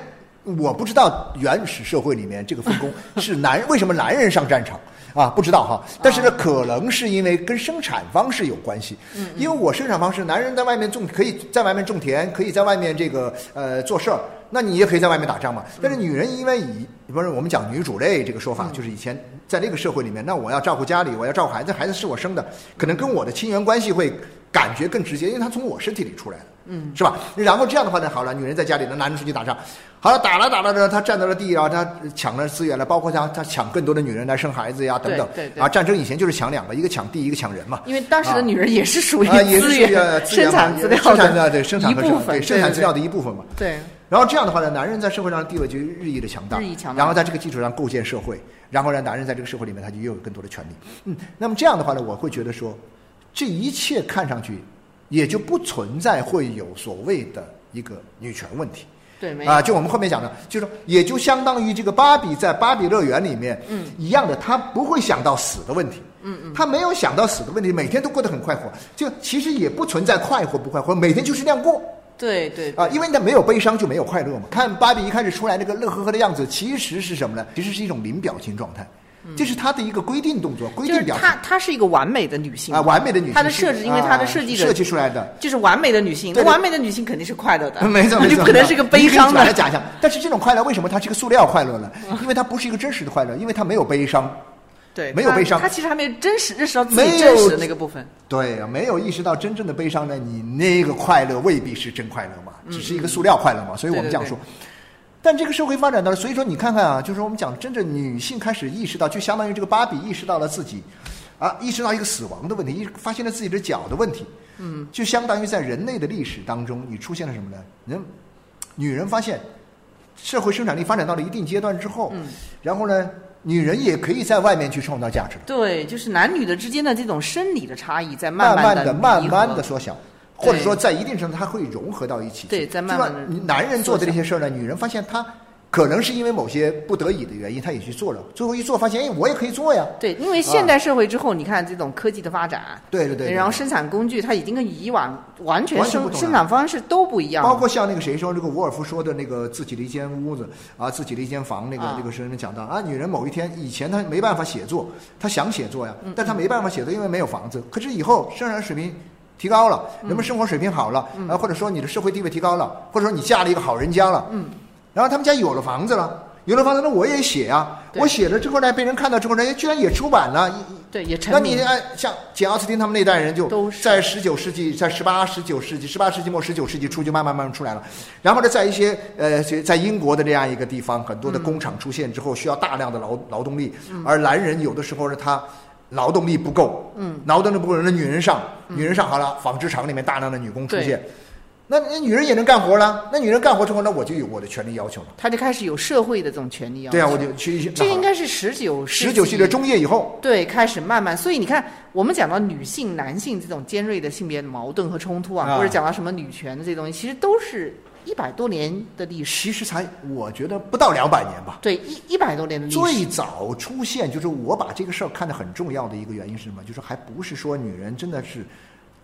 [SPEAKER 2] 我不知道原始社会里面这个分 工是男为什么男人上战场啊？不知道哈。但是呢，可能是因为跟生产方式有关系。啊嗯，因为我生产方式，男人在外面种，可以在外面种田，可以在外面这个呃做事儿。那你也可以在外面打仗嘛，但是女人因为以不是我们讲女主类这个说法，就是以前在那个社会里面，那我要照顾家里，我要照顾孩子，孩子是我生的，可能跟我的亲缘关系会感觉更直接，因为他从我身体里出来的，嗯，是吧？然后这样的话呢，好了，女人在家里呢，男人出去打仗，好了，打了打了呢，他占到了地，然后他抢了资源了，包括他他抢更多的女人来生孩子呀，等等，
[SPEAKER 1] 对对对
[SPEAKER 2] 啊，战争以前就是抢两个，一个抢地，一个抢 人嘛，
[SPEAKER 1] 因为当时的女人也是属于
[SPEAKER 2] 啊，也是
[SPEAKER 1] 资
[SPEAKER 2] 属于
[SPEAKER 1] 源、
[SPEAKER 2] 呃资源
[SPEAKER 1] 生
[SPEAKER 2] 嘛
[SPEAKER 1] 产
[SPEAKER 2] 也
[SPEAKER 1] 资料
[SPEAKER 2] 生产
[SPEAKER 1] 的
[SPEAKER 2] 对生产
[SPEAKER 1] 一
[SPEAKER 2] 和生
[SPEAKER 1] 部
[SPEAKER 2] 产
[SPEAKER 1] 分，
[SPEAKER 2] 对生产
[SPEAKER 1] 对
[SPEAKER 2] 资料的一部分嘛，
[SPEAKER 1] 对
[SPEAKER 2] 然后这样的话呢，男人在社会上的地位就日益的强大，
[SPEAKER 1] 日益强大
[SPEAKER 2] 然后在这个基础上构建社会，然后让男人在这个社会里面他就又有更多的权利。嗯，那么这样的话呢，我会觉得说，这一切看上去也就不存在会有所谓的一个女权问题。
[SPEAKER 1] 对没有、
[SPEAKER 2] 啊，就我们后面讲的，就是说，也就相当于这个芭比在芭比乐园里面，嗯，一样的，她不会想到死的问题，嗯嗯，她没有想到死的问题，每天都过得很快活，就其实也不存在快活不快活，每天就是那样过，
[SPEAKER 1] 对对
[SPEAKER 2] 啊，因为他没有悲伤就没有快乐嘛。看芭比一开始出来那个乐呵呵的样子，其实是什么呢？其实是一种零表情状态，这是他的一个规定动作、规
[SPEAKER 1] 嗯就是
[SPEAKER 2] 定表
[SPEAKER 1] 她
[SPEAKER 2] 情
[SPEAKER 1] 她是一个完美的女性
[SPEAKER 2] 啊，完美的女性。
[SPEAKER 1] 她的设置，因为她的设计
[SPEAKER 2] 啊
[SPEAKER 1] 者
[SPEAKER 2] 设计出来 的，
[SPEAKER 1] 就是完美的女性，
[SPEAKER 2] 对
[SPEAKER 1] 那
[SPEAKER 2] 对
[SPEAKER 1] 完美的女性肯定是快乐的，
[SPEAKER 2] 没错
[SPEAKER 1] 她
[SPEAKER 2] 没
[SPEAKER 1] 就
[SPEAKER 2] 错，
[SPEAKER 1] 不能是个悲伤
[SPEAKER 2] 你可以把它
[SPEAKER 1] 的。
[SPEAKER 2] 假象。但是这种快乐为什么它是个塑料快乐呢？因为它不是一个真实的快乐，因为它没有悲伤，
[SPEAKER 1] 对，
[SPEAKER 2] 没有
[SPEAKER 1] 她
[SPEAKER 2] 悲伤
[SPEAKER 1] 她其实还没有真实认识到自
[SPEAKER 2] 没有
[SPEAKER 1] 己真实的那个部分。
[SPEAKER 2] 对，啊没有意识到真正的悲伤呢，你那个快乐未必是真快乐嘛，只是一个塑料快乐嘛。所以我们这样说。但这个社会发展到了，所以说你看看啊，就是我们讲，真正女性开始意识到，就相当于这个芭比意识到了自己，啊，意识到一个死亡的问题，意识发现了自己的脚的问题，嗯，就相当于在人类的历史当中，你出现了什么呢？人，女人发现社会生产力发展到了一定阶段之后，嗯，然后呢，女人也可以在外面去创造价值了。
[SPEAKER 1] 对，就是男女的之间的这种生理的差异在
[SPEAKER 2] 慢
[SPEAKER 1] 慢
[SPEAKER 2] 的、
[SPEAKER 1] 的、
[SPEAKER 2] 慢
[SPEAKER 1] 慢
[SPEAKER 2] 慢的缩小，或者
[SPEAKER 1] 对
[SPEAKER 2] 说在一定程度它会融合到一起去。
[SPEAKER 1] 对在慢
[SPEAKER 2] 就
[SPEAKER 1] 慢
[SPEAKER 2] 说
[SPEAKER 1] 地
[SPEAKER 2] 你男人做的这些事儿呢，女人发现她可能是因为某些不得已的原因，她也去做了，最后一做发现，哎，我也可以做呀。
[SPEAKER 1] 对，因为现代社会之后，你看这种科技的发展，
[SPEAKER 2] 啊对对对对
[SPEAKER 1] 然后生产工具它已经跟以往完全
[SPEAKER 2] 完全不
[SPEAKER 1] 生
[SPEAKER 2] 同了
[SPEAKER 1] 生产方式都不一样了，
[SPEAKER 2] 包括像那个谁说，这个沃尔夫说的那个自己的一间屋子啊，自己的一间房，那个
[SPEAKER 1] 啊
[SPEAKER 2] 那个什么讲到啊，女人某一天以前她没办法写作，她想写作呀，但她没办法写作，因为没有房子。可是以后生产水平提高了，
[SPEAKER 1] 嗯
[SPEAKER 2] 人们生活水平好了，啊，或者说你的社会地位提高了，或者说你嫁了一个好人家了，嗯，然后他们家有了房子了。有了房子，那我也写啊！
[SPEAKER 1] 对
[SPEAKER 2] 我写了之后呢，被人看到之后呢，哎居然也出版了，一
[SPEAKER 1] 对，也
[SPEAKER 2] 那
[SPEAKER 1] 成
[SPEAKER 2] 你
[SPEAKER 1] 名。
[SPEAKER 2] 按像简奥斯汀他们那代人就
[SPEAKER 1] 都是
[SPEAKER 2] 在十九世纪，在十八、十九世纪、十八世纪末、十九世纪初就慢慢慢慢出来了。然后呢，在一些呃，在英国的这样一个地方，很多
[SPEAKER 1] 嗯
[SPEAKER 2] 的工厂出现之后，需要大量的劳劳动力，而男人有的时候呢，他劳动力不够，嗯，劳动力不够，那女人上，女人上好了，纺织厂里面大量的女工
[SPEAKER 1] 嗯
[SPEAKER 2] 出
[SPEAKER 1] 对
[SPEAKER 2] 现，那那女人也能干活了，那女人干活之后，那我就有我的权利要求了。
[SPEAKER 1] 他就开始有社会的这种权利要求。
[SPEAKER 2] 对啊，我就去
[SPEAKER 1] 这应该是十九
[SPEAKER 2] 十九世纪的中叶以后，
[SPEAKER 1] 对开始慢慢，所以你看，我们讲到女性、男性这种尖锐的性别矛盾和冲突啊，
[SPEAKER 2] 啊
[SPEAKER 1] 或者讲到什么女权的这些东西，其实都是一百多年的历史。
[SPEAKER 2] 其实才我觉得不到两百年吧。
[SPEAKER 1] 对，一一百多年的历史。
[SPEAKER 2] 最早出现就是我把这个事儿看得很重要的一个原因是什么？就是还不是说女人真的是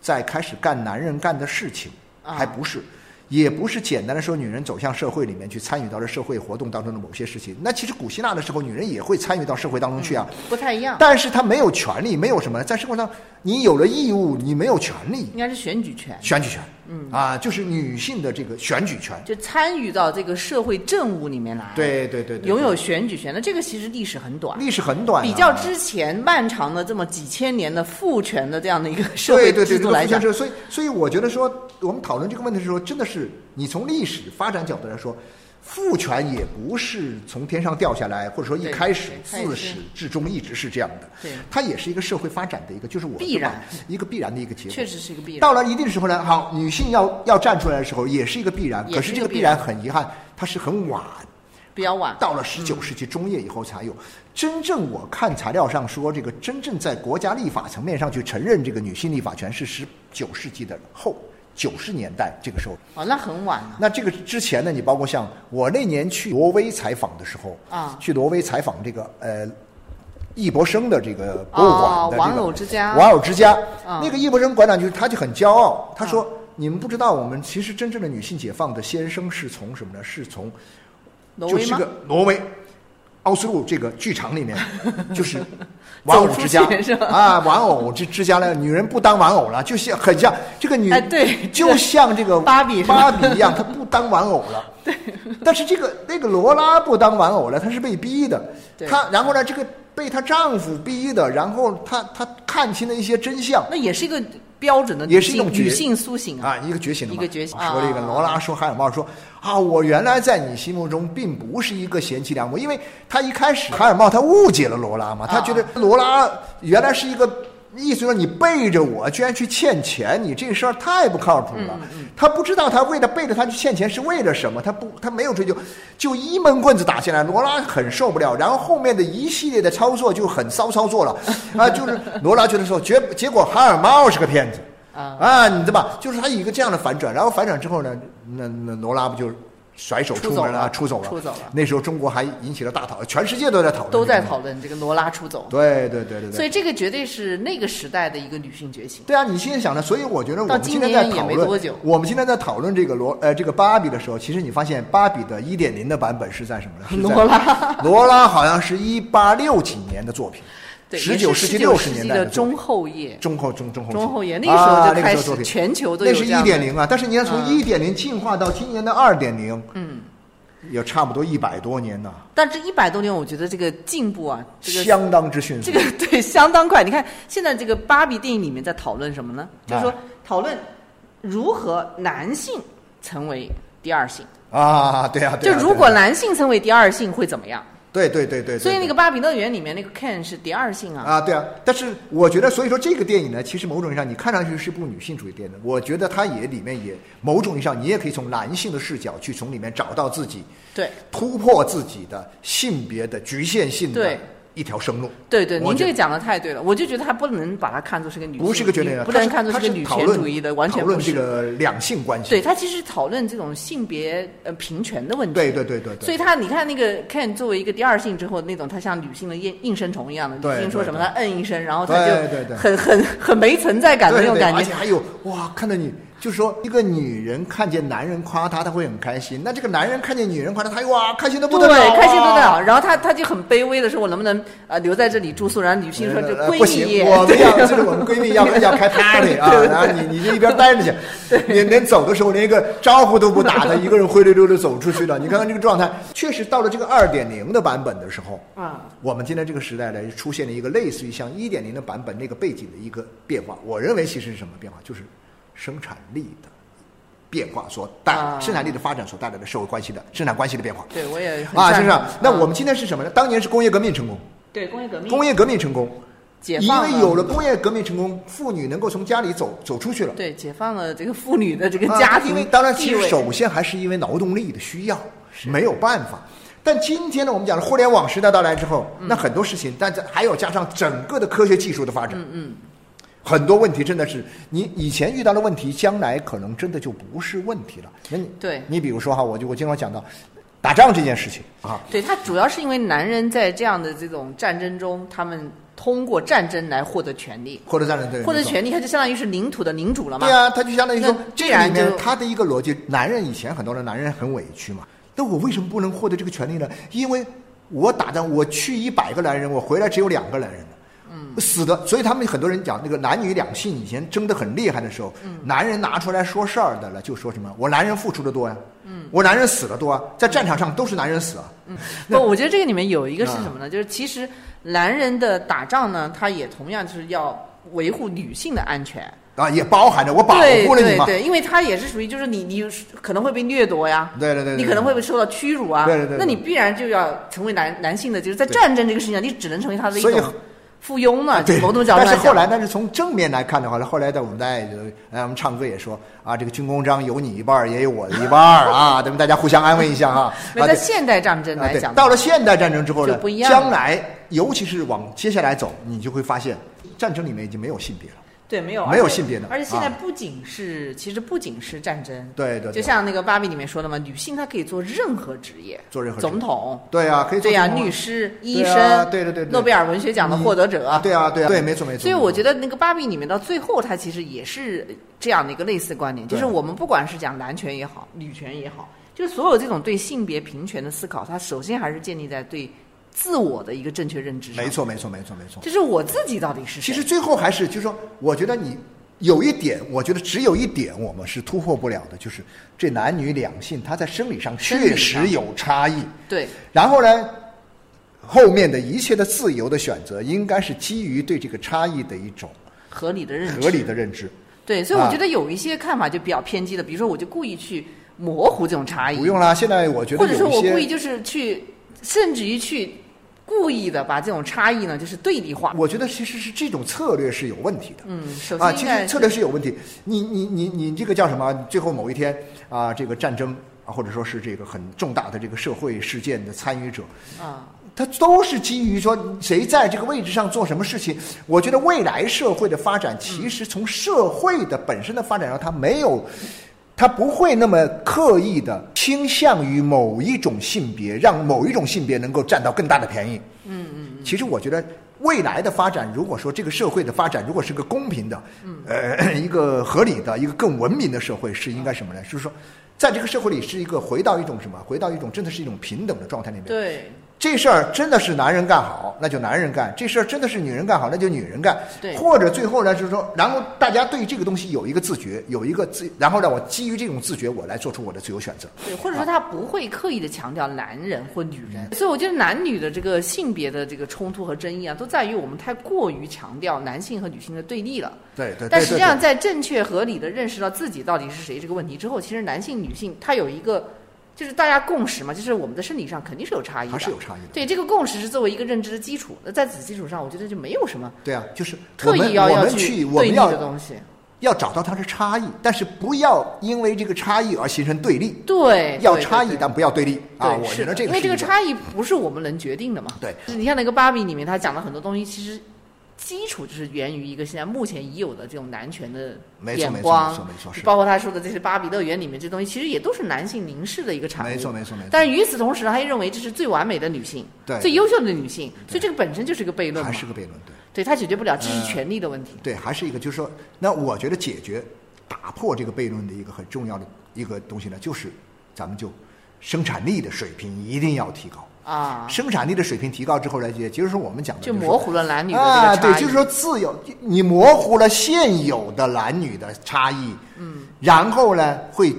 [SPEAKER 2] 在开始干男人干的事情，
[SPEAKER 1] 啊
[SPEAKER 2] 还不是，也不是简单的说女人走向社会里面去参与到了社会活动当中的某些事情。那其实古希腊的时候，女人也会参与到社会当中去啊，
[SPEAKER 1] 不太一样，
[SPEAKER 2] 但是她没有权利，没有什么，在社会上你有了义务，你没有权利，
[SPEAKER 1] 应该是选举权。
[SPEAKER 2] 选举权。嗯，啊，就是女性的这个选举权。
[SPEAKER 1] 就参与到这个社会政务里面来，，
[SPEAKER 2] 对对对对，
[SPEAKER 1] 拥有选举权。那这个其实历史很短，
[SPEAKER 2] 历史很短啊、
[SPEAKER 1] 比较之前漫长的这么几千年的父权的这样的一个社
[SPEAKER 2] 对
[SPEAKER 1] 会
[SPEAKER 2] 对对，
[SPEAKER 1] 制
[SPEAKER 2] 这
[SPEAKER 1] 度
[SPEAKER 2] 个
[SPEAKER 1] 来
[SPEAKER 2] 父权
[SPEAKER 1] 讲，
[SPEAKER 2] 制，所以所以我觉得说，我们讨论这个问题的时候，真的是你从历史发展角度来说，父权也不是从天上掉下来，或者说一
[SPEAKER 1] 对
[SPEAKER 2] 开始
[SPEAKER 1] 对它也
[SPEAKER 2] 自
[SPEAKER 1] 是
[SPEAKER 2] 始至终一直是这样的，
[SPEAKER 1] 对
[SPEAKER 2] 它也是一个社会发展的一个，就是我
[SPEAKER 1] 必
[SPEAKER 2] 对吧
[SPEAKER 1] 然
[SPEAKER 2] 一个必然的一个结果
[SPEAKER 1] 确。实是一个必然。
[SPEAKER 2] 到了一定时候呢，好，女性要要站出来的时候，也是一个必然，
[SPEAKER 1] 也
[SPEAKER 2] 可
[SPEAKER 1] 是
[SPEAKER 2] 是
[SPEAKER 1] 一
[SPEAKER 2] 这
[SPEAKER 1] 个
[SPEAKER 2] 个
[SPEAKER 1] 必
[SPEAKER 2] 必
[SPEAKER 1] 然
[SPEAKER 2] 然很遗憾，它是很晚
[SPEAKER 1] 比较晚，
[SPEAKER 2] 到了十
[SPEAKER 1] 嗯
[SPEAKER 2] 九世纪中叶以后才有。真正我看材料上说，这个真正在国家立法层面上去承认这个女性立法权是十九世纪的后九十年代这个时候。
[SPEAKER 1] 哦，那很晚了。
[SPEAKER 2] 那这个之前呢，你包括像我那年去挪威采访的时候，
[SPEAKER 1] 啊
[SPEAKER 2] 去挪威采访这个呃易博生的这个博物馆的这
[SPEAKER 1] 哦
[SPEAKER 2] 个
[SPEAKER 1] 玩偶之家
[SPEAKER 2] 玩偶之家，
[SPEAKER 1] 啊
[SPEAKER 2] 那个易博生馆长就他就很骄傲，他说
[SPEAKER 1] 啊：“
[SPEAKER 2] 你们不知道，我们其实真正的女性解放的先声是从什么呢？是从
[SPEAKER 1] 挪
[SPEAKER 2] 就
[SPEAKER 1] 威
[SPEAKER 2] 是
[SPEAKER 1] 吗？
[SPEAKER 2] 个挪威奥斯陆这个剧场 里面，就是玩偶之家
[SPEAKER 1] 走出去是吧
[SPEAKER 2] 啊，玩偶之之家呢，女人不当玩偶了，就像很像这个女，
[SPEAKER 1] 哎对
[SPEAKER 2] 就像这个
[SPEAKER 1] 芭比是吧
[SPEAKER 2] 芭比一样，她不当玩偶 了。对，但是这个那个罗拉不当玩偶了，她是被逼的，
[SPEAKER 1] 对
[SPEAKER 2] 她然后呢，这个被她丈夫逼的，然后她她看清了一些真相。
[SPEAKER 1] 那也是一个标准的女性，
[SPEAKER 2] 也是一种觉
[SPEAKER 1] 女性苏醒啊。
[SPEAKER 2] 啊，一个觉醒的嘛
[SPEAKER 1] 一个觉醒
[SPEAKER 2] 说这个
[SPEAKER 1] 啊
[SPEAKER 2] 罗拉说海尔茂说啊，我原来在你心目中并不是一个贤妻良母，因为他一开始海尔茂他误解了罗拉嘛，他
[SPEAKER 1] 啊
[SPEAKER 2] 觉得罗拉原来是一个。意思说你背着我，居然去欠钱，你这事儿太不靠谱
[SPEAKER 1] 嗯
[SPEAKER 2] 了。他不知道他为了背着他去欠钱是为了什么，他不他没有追究，就一闷棍子打下来，罗拉很受不了。然后后面的一系列的操作就很骚操作了，啊，就是罗拉觉得说结结果海尔茂是个骗子，
[SPEAKER 1] 啊
[SPEAKER 2] 啊，你对吧？就是他有一个这样的反转，然后反转之后呢，那那罗拉不就甩手
[SPEAKER 1] 出
[SPEAKER 2] 出
[SPEAKER 1] 走
[SPEAKER 2] 门
[SPEAKER 1] 了
[SPEAKER 2] 出走了，
[SPEAKER 1] 出走了
[SPEAKER 2] 那时候中国还引起了大讨论，全世界都在讨论，
[SPEAKER 1] 都在讨。论这个罗拉出走，
[SPEAKER 2] 对对对对
[SPEAKER 1] 所
[SPEAKER 2] 对。
[SPEAKER 1] 以这个绝对是那个时代的一个女性觉醒。
[SPEAKER 2] 对啊，你现在想呢？所以我觉得我们
[SPEAKER 1] 到今
[SPEAKER 2] 今天
[SPEAKER 1] 年
[SPEAKER 2] 在讨
[SPEAKER 1] 也没多
[SPEAKER 2] 论
[SPEAKER 1] 久，
[SPEAKER 2] 我们今天在讨论这个罗呃这个芭比的时候，其实你发现芭比的一点零的版本是在什么呢？是在
[SPEAKER 1] 罗 拉，
[SPEAKER 2] 罗拉好像是一八六几年的作品，
[SPEAKER 1] 对，
[SPEAKER 2] 十九
[SPEAKER 1] 世
[SPEAKER 2] 纪
[SPEAKER 1] 纪
[SPEAKER 2] 六十
[SPEAKER 1] 世
[SPEAKER 2] 年
[SPEAKER 1] 纪
[SPEAKER 2] 代
[SPEAKER 1] 的
[SPEAKER 2] 作品
[SPEAKER 1] 中后叶，
[SPEAKER 2] 中后中中后期
[SPEAKER 1] 中后叶那个时候就
[SPEAKER 2] 啊
[SPEAKER 1] 开
[SPEAKER 2] 那个时候
[SPEAKER 1] 始
[SPEAKER 2] 作品
[SPEAKER 1] 全球都
[SPEAKER 2] 那
[SPEAKER 1] 有
[SPEAKER 2] 是
[SPEAKER 1] 这
[SPEAKER 2] 一
[SPEAKER 1] 样的
[SPEAKER 2] 点零啊，但是你要从
[SPEAKER 1] 嗯
[SPEAKER 2] 一点零进化到今年的二点零，
[SPEAKER 1] 嗯，
[SPEAKER 2] 也差不多一百多年呢，
[SPEAKER 1] 但这一百多年，我觉得这个进步啊，这个
[SPEAKER 2] 相当之迅速
[SPEAKER 1] 这。个 对相当快。你看现在这个芭比电影里面在讨论什么呢？就是说
[SPEAKER 2] 哎
[SPEAKER 1] 讨论如何男性成为第二性，
[SPEAKER 2] 啊，对啊，对
[SPEAKER 1] 就
[SPEAKER 2] 啊
[SPEAKER 1] 如果
[SPEAKER 2] 对啊
[SPEAKER 1] 男性成为第二性会怎么样？
[SPEAKER 2] 对对对对，对
[SPEAKER 1] 所以那
[SPEAKER 2] 对
[SPEAKER 1] 个《芭比乐园》里面那个 Ken 是第二性啊，
[SPEAKER 2] 啊，对啊，但是我觉得，所以说这个电影呢，其实某种意义上你看上去是部女性主义电影，我觉得它也里面也某种意义上你也可以从男性的视角去从里面找到自己
[SPEAKER 1] 对
[SPEAKER 2] 突破自己的性别的局限性的
[SPEAKER 1] 对
[SPEAKER 2] 一条生路。
[SPEAKER 1] 对对，
[SPEAKER 2] 我
[SPEAKER 1] 您
[SPEAKER 2] 觉
[SPEAKER 1] 这
[SPEAKER 2] 得
[SPEAKER 1] 个讲的太对了，我就觉得他不能把它看作是个女性，
[SPEAKER 2] 不是个绝对
[SPEAKER 1] 女
[SPEAKER 2] 的，
[SPEAKER 1] 不
[SPEAKER 2] 它
[SPEAKER 1] 能
[SPEAKER 2] 是
[SPEAKER 1] 看作
[SPEAKER 2] 它
[SPEAKER 1] 个
[SPEAKER 2] 是
[SPEAKER 1] 女
[SPEAKER 2] 讨
[SPEAKER 1] 权
[SPEAKER 2] 论
[SPEAKER 1] 主义的，完全
[SPEAKER 2] 讨
[SPEAKER 1] 不
[SPEAKER 2] 论这
[SPEAKER 1] 是。
[SPEAKER 2] 个两性关系。
[SPEAKER 1] 对他其实讨论这种性别呃平权的问题，
[SPEAKER 2] 对对对对对
[SPEAKER 1] 所以他，你看那个 Ken 作为一个第二性之后，那种他像女性的应应声虫一样的，
[SPEAKER 2] 对
[SPEAKER 1] 女性说什么
[SPEAKER 2] 对
[SPEAKER 1] 他嗯摁一声，然后他就
[SPEAKER 2] 对对对
[SPEAKER 1] 很很很没存在感的
[SPEAKER 2] 对
[SPEAKER 1] 那种
[SPEAKER 2] 对
[SPEAKER 1] 感
[SPEAKER 2] 而
[SPEAKER 1] 觉
[SPEAKER 2] 且。还有哇，看到你就是说，一个女人看见男人夸她，她会很开心；那这个男人看见女人夸她，他哇，开心的不得了、啊，
[SPEAKER 1] 开心都得了。然后他他就很卑微的说：“我能不能呃留在这里住宿？”然后女性说：“这
[SPEAKER 2] 呃
[SPEAKER 1] 闺
[SPEAKER 2] 不
[SPEAKER 1] 蜜
[SPEAKER 2] 行，
[SPEAKER 1] 夜。”
[SPEAKER 2] 我 们
[SPEAKER 1] 对
[SPEAKER 2] 要就是我们闺蜜要要开 party 啊，然后你你就一边待着去，你连走的时候连一个招呼都不打的，一个人灰溜溜的走出去了。你看看这个状态，确实到了这个二点零的版本的时候，
[SPEAKER 1] 啊，
[SPEAKER 2] 我们今天这个时代呢，出现了一个类似于像一点零的版本那个背景的一个变化。我认为其实是什么变化？就是生产力的变化所带来、
[SPEAKER 1] 啊
[SPEAKER 2] 生产力的发展所带来的社会关系的生产关系的变化
[SPEAKER 1] 对我也很
[SPEAKER 2] 啊，
[SPEAKER 1] 赞
[SPEAKER 2] 先生
[SPEAKER 1] 同。
[SPEAKER 2] 那
[SPEAKER 1] 嗯
[SPEAKER 2] 我们今天是什么呢？当年是工业革命成功，
[SPEAKER 1] 对工业革命
[SPEAKER 2] 工业革命成功，
[SPEAKER 1] 解
[SPEAKER 2] 因
[SPEAKER 1] 放
[SPEAKER 2] 为有了工业革命成功，妇女能够从家里走走出去了。
[SPEAKER 1] 对解放了这个妇女的这个
[SPEAKER 2] 啊
[SPEAKER 1] 家
[SPEAKER 2] 因
[SPEAKER 1] 庭地
[SPEAKER 2] 为
[SPEAKER 1] 位，
[SPEAKER 2] 当然，其实首先还是因为劳动力的需要，没有办法。但今天呢，我们讲互联网时代到来之后，
[SPEAKER 1] 嗯
[SPEAKER 2] 那很多事情，但这还有加上整个的科学技术的发展，嗯嗯，很多问题真的是你以前遇到的问题，将来可能真的就不是问题了。那你
[SPEAKER 1] 对
[SPEAKER 2] 你比如说哈，我就我经常讲到打仗这件事情啊，
[SPEAKER 1] 对他主要是因为男人在这样的这种战争中，他们通过战争来获得权利，
[SPEAKER 2] 或者战争对
[SPEAKER 1] 获得
[SPEAKER 2] 没错
[SPEAKER 1] 权利，他就相当于是领土的领主了嘛。
[SPEAKER 2] 对啊，他就相当于说
[SPEAKER 1] 那，
[SPEAKER 2] 这
[SPEAKER 1] 必
[SPEAKER 2] 个
[SPEAKER 1] 然
[SPEAKER 2] 里面
[SPEAKER 1] 就
[SPEAKER 2] 他的一个逻辑，男人以前很多的男人很委屈嘛，那我为什么不能获得这个权利呢？因为我打仗，我去一百个男人，我回来只有两个男人呢。嗯，死的。所以他们很多人讲那个男女两性以前争得很厉害的时候，
[SPEAKER 1] 嗯
[SPEAKER 2] 男人拿出来说事儿的了，就说什么我男人付出的多呀，嗯，我男人死的多啊，在战场上都是男人死啊，
[SPEAKER 1] 不，我觉得这个里面有一个是
[SPEAKER 2] 啊
[SPEAKER 1] 什么呢？就是其实男人的打仗呢，他也同样就是要维护女性的安全。
[SPEAKER 2] 啊，也包含着我保护了你嘛，
[SPEAKER 1] 对对对，因为他也是属于就是你你可能会被掠夺呀，
[SPEAKER 2] 对对对对
[SPEAKER 1] 你可能会被受到屈辱啊，
[SPEAKER 2] 对对对对
[SPEAKER 1] 那你必然就要成为男男性的，就是在
[SPEAKER 2] 对
[SPEAKER 1] 战争这个事情上，你只能成为他的一
[SPEAKER 2] 所以
[SPEAKER 1] 种附庸了，就
[SPEAKER 2] 啊对，
[SPEAKER 1] 某种角度
[SPEAKER 2] 但
[SPEAKER 1] 来
[SPEAKER 2] 是后
[SPEAKER 1] 讲。
[SPEAKER 2] 来，但是从正面来看的话，后来在我们在呃，我们唱歌也说啊，这个军功章有你一半儿，也有我的一半儿啊，咱们大家互相安慰一下啊。
[SPEAKER 1] 没
[SPEAKER 2] 啊
[SPEAKER 1] 在
[SPEAKER 2] 对
[SPEAKER 1] 现代战争
[SPEAKER 2] 啊
[SPEAKER 1] 来
[SPEAKER 2] 对
[SPEAKER 1] 讲，，
[SPEAKER 2] 到了现代战争之后呢
[SPEAKER 1] 就不一，样了
[SPEAKER 2] 将来尤其是往接下来走，你就会发现战争里面已经没有性别了。
[SPEAKER 1] 对没有
[SPEAKER 2] 没有
[SPEAKER 1] 而且
[SPEAKER 2] 性别的
[SPEAKER 1] 而且现在
[SPEAKER 2] 啊
[SPEAKER 1] 不仅是，其实不仅是战争，
[SPEAKER 2] 对对，对
[SPEAKER 1] 就像那个芭比里面说的嘛，女性她可以做任何职业，
[SPEAKER 2] 做任何职业
[SPEAKER 1] 总统，
[SPEAKER 2] 对啊，可以做
[SPEAKER 1] 对呀、
[SPEAKER 2] 这种
[SPEAKER 1] 律师、医
[SPEAKER 2] 对
[SPEAKER 1] 生，
[SPEAKER 2] 啊对对对对
[SPEAKER 1] 诺贝尔文学奖的获得者，
[SPEAKER 2] 啊，对啊对啊，对，没错没错。
[SPEAKER 1] 所以我觉
[SPEAKER 2] 得
[SPEAKER 1] 得那个《芭比》里面到最后，它其实也是这样的一个类似的观点，就是
[SPEAKER 2] 对
[SPEAKER 1] 我们不管是讲男权也好，女权也好，就是所有这种对性别平权的思考，它首先还是建立在对自我的一个正确认知上。
[SPEAKER 2] 没，错没错没错没错。
[SPEAKER 1] 就是我自己到底是
[SPEAKER 2] 其
[SPEAKER 1] 谁。
[SPEAKER 2] 实最后还是就是说，我觉得你有一点，我觉得只有一点我们是突破不了的，就是这男女两性它在生理上
[SPEAKER 1] 生理
[SPEAKER 2] 确
[SPEAKER 1] 上
[SPEAKER 2] 实有差异。
[SPEAKER 1] 对
[SPEAKER 2] 然后呢，后面的一切的自由的选择，应该是基于对这个差异的一种
[SPEAKER 1] 合理的认知，
[SPEAKER 2] 合理的认知，
[SPEAKER 1] 对，所以我
[SPEAKER 2] 啊
[SPEAKER 1] 觉得有一些看法就比较偏激的，比如说我就故意去模糊这种差异，
[SPEAKER 2] 不用啦。现在我觉得
[SPEAKER 1] 或者说
[SPEAKER 2] 有
[SPEAKER 1] 我
[SPEAKER 2] 一
[SPEAKER 1] 故意
[SPEAKER 2] 些。
[SPEAKER 1] 就是去，甚至于去故意的把这种差异呢就是对立化。
[SPEAKER 2] 我觉得其实是这种策略是有问题的，
[SPEAKER 1] 嗯，首
[SPEAKER 2] 啊，
[SPEAKER 1] 先应
[SPEAKER 2] 其
[SPEAKER 1] 该
[SPEAKER 2] 实策略是有问题。你你你你这个叫什么？最后某一天啊，这个战争啊，或者说是这个很重大的这个社会事件的参与者，
[SPEAKER 1] 啊，
[SPEAKER 2] 它都是基于说谁在这个位置上做什么事情。我觉得未来社会的发展，其实从社会的本身的发展上，它没有，它不会那么刻意的倾向于某一种性别，让某一种性别能够占到更大的便宜。嗯嗯。其实我觉得。未来的发展，如果说这个社会的发展如果是个公平的，呃， 一个合理的、一个更文明的社会，是应该什么呢？就是说，在这个社会里是一个回到一种什么？回到一种真的是一种平等的状态里面。
[SPEAKER 1] 对。
[SPEAKER 2] 这事儿真的是男人干好，那就男人干；这事儿真的是女人干好，那就女人干。
[SPEAKER 1] 对
[SPEAKER 2] 或者最后呢，就是说，然后大家对这个东西有一个自觉，有一个自，然后呢，我基于这种自觉，我来做出我的自由选择。
[SPEAKER 1] 对，或者说他不会刻意的强调男人或女人，所以我觉得男女的这个性别的这个冲突和争议啊，都在于我们太过于强调男性和女性的对立了。
[SPEAKER 2] 对呃对
[SPEAKER 1] 但实际上，在正确合理的认识到自己到底是谁这个问题之后，其实男性女性他有一个，就是大家共识嘛，就是我们的生理上肯定是有差异的，
[SPEAKER 2] 还是有差异的。
[SPEAKER 1] 对这个共识是作为一个认知的基础。那在此基础上，我觉得就没有什么
[SPEAKER 2] 对啊，就是我
[SPEAKER 1] 特
[SPEAKER 2] 们
[SPEAKER 1] 意要
[SPEAKER 2] 我
[SPEAKER 1] 要
[SPEAKER 2] 们去我
[SPEAKER 1] 对
[SPEAKER 2] 们
[SPEAKER 1] 立
[SPEAKER 2] 要
[SPEAKER 1] 的东西。
[SPEAKER 2] 要找到它的差异，但是不要因为这个差异而形成对立。
[SPEAKER 1] 对，
[SPEAKER 2] 要
[SPEAKER 1] 对
[SPEAKER 2] 差
[SPEAKER 1] 对
[SPEAKER 2] 异，
[SPEAKER 1] 对
[SPEAKER 2] 但不要对立啊！
[SPEAKER 1] 对，
[SPEAKER 2] 我
[SPEAKER 1] 是
[SPEAKER 2] 觉
[SPEAKER 1] 的
[SPEAKER 2] 得这个
[SPEAKER 1] 因为
[SPEAKER 2] 是
[SPEAKER 1] 这个
[SPEAKER 2] 一个
[SPEAKER 1] 差异不是我们能决定的嘛。
[SPEAKER 2] 对
[SPEAKER 1] 就是你像那个芭比里面，他讲了很多东西，其实基础就是源于一个现在目前已有的这种男权的
[SPEAKER 2] 没错
[SPEAKER 1] 眼
[SPEAKER 2] 没错
[SPEAKER 1] 光
[SPEAKER 2] 没错，没错是
[SPEAKER 1] 包括他说的这些芭比乐园里面这东西，其实也都是男性凝视的一个产物。
[SPEAKER 2] 没错没错没错，
[SPEAKER 1] 但是与此同时呢，他又认为这是最完美的女性，
[SPEAKER 2] 对
[SPEAKER 1] 最优秀的女性，所以这个本身就是一个悖论嘛
[SPEAKER 2] 还。是个悖论对。
[SPEAKER 1] 对，他解决不了，这是
[SPEAKER 2] 嗯
[SPEAKER 1] 权利的问题。
[SPEAKER 2] 对，还是一个就是说，那我觉得解决打破这个悖论的一个很重要的一个东西呢，就是咱们就生产力的水平一定要提高。
[SPEAKER 1] 啊，
[SPEAKER 2] 生产力的水平提高之后呢，也就是说我们讲的
[SPEAKER 1] 就是模
[SPEAKER 2] 说
[SPEAKER 1] 糊了男女的这
[SPEAKER 2] 啊，
[SPEAKER 1] 个差异。
[SPEAKER 2] 对，就是说自由，你模糊了现有的男女的差异，嗯，然后呢，会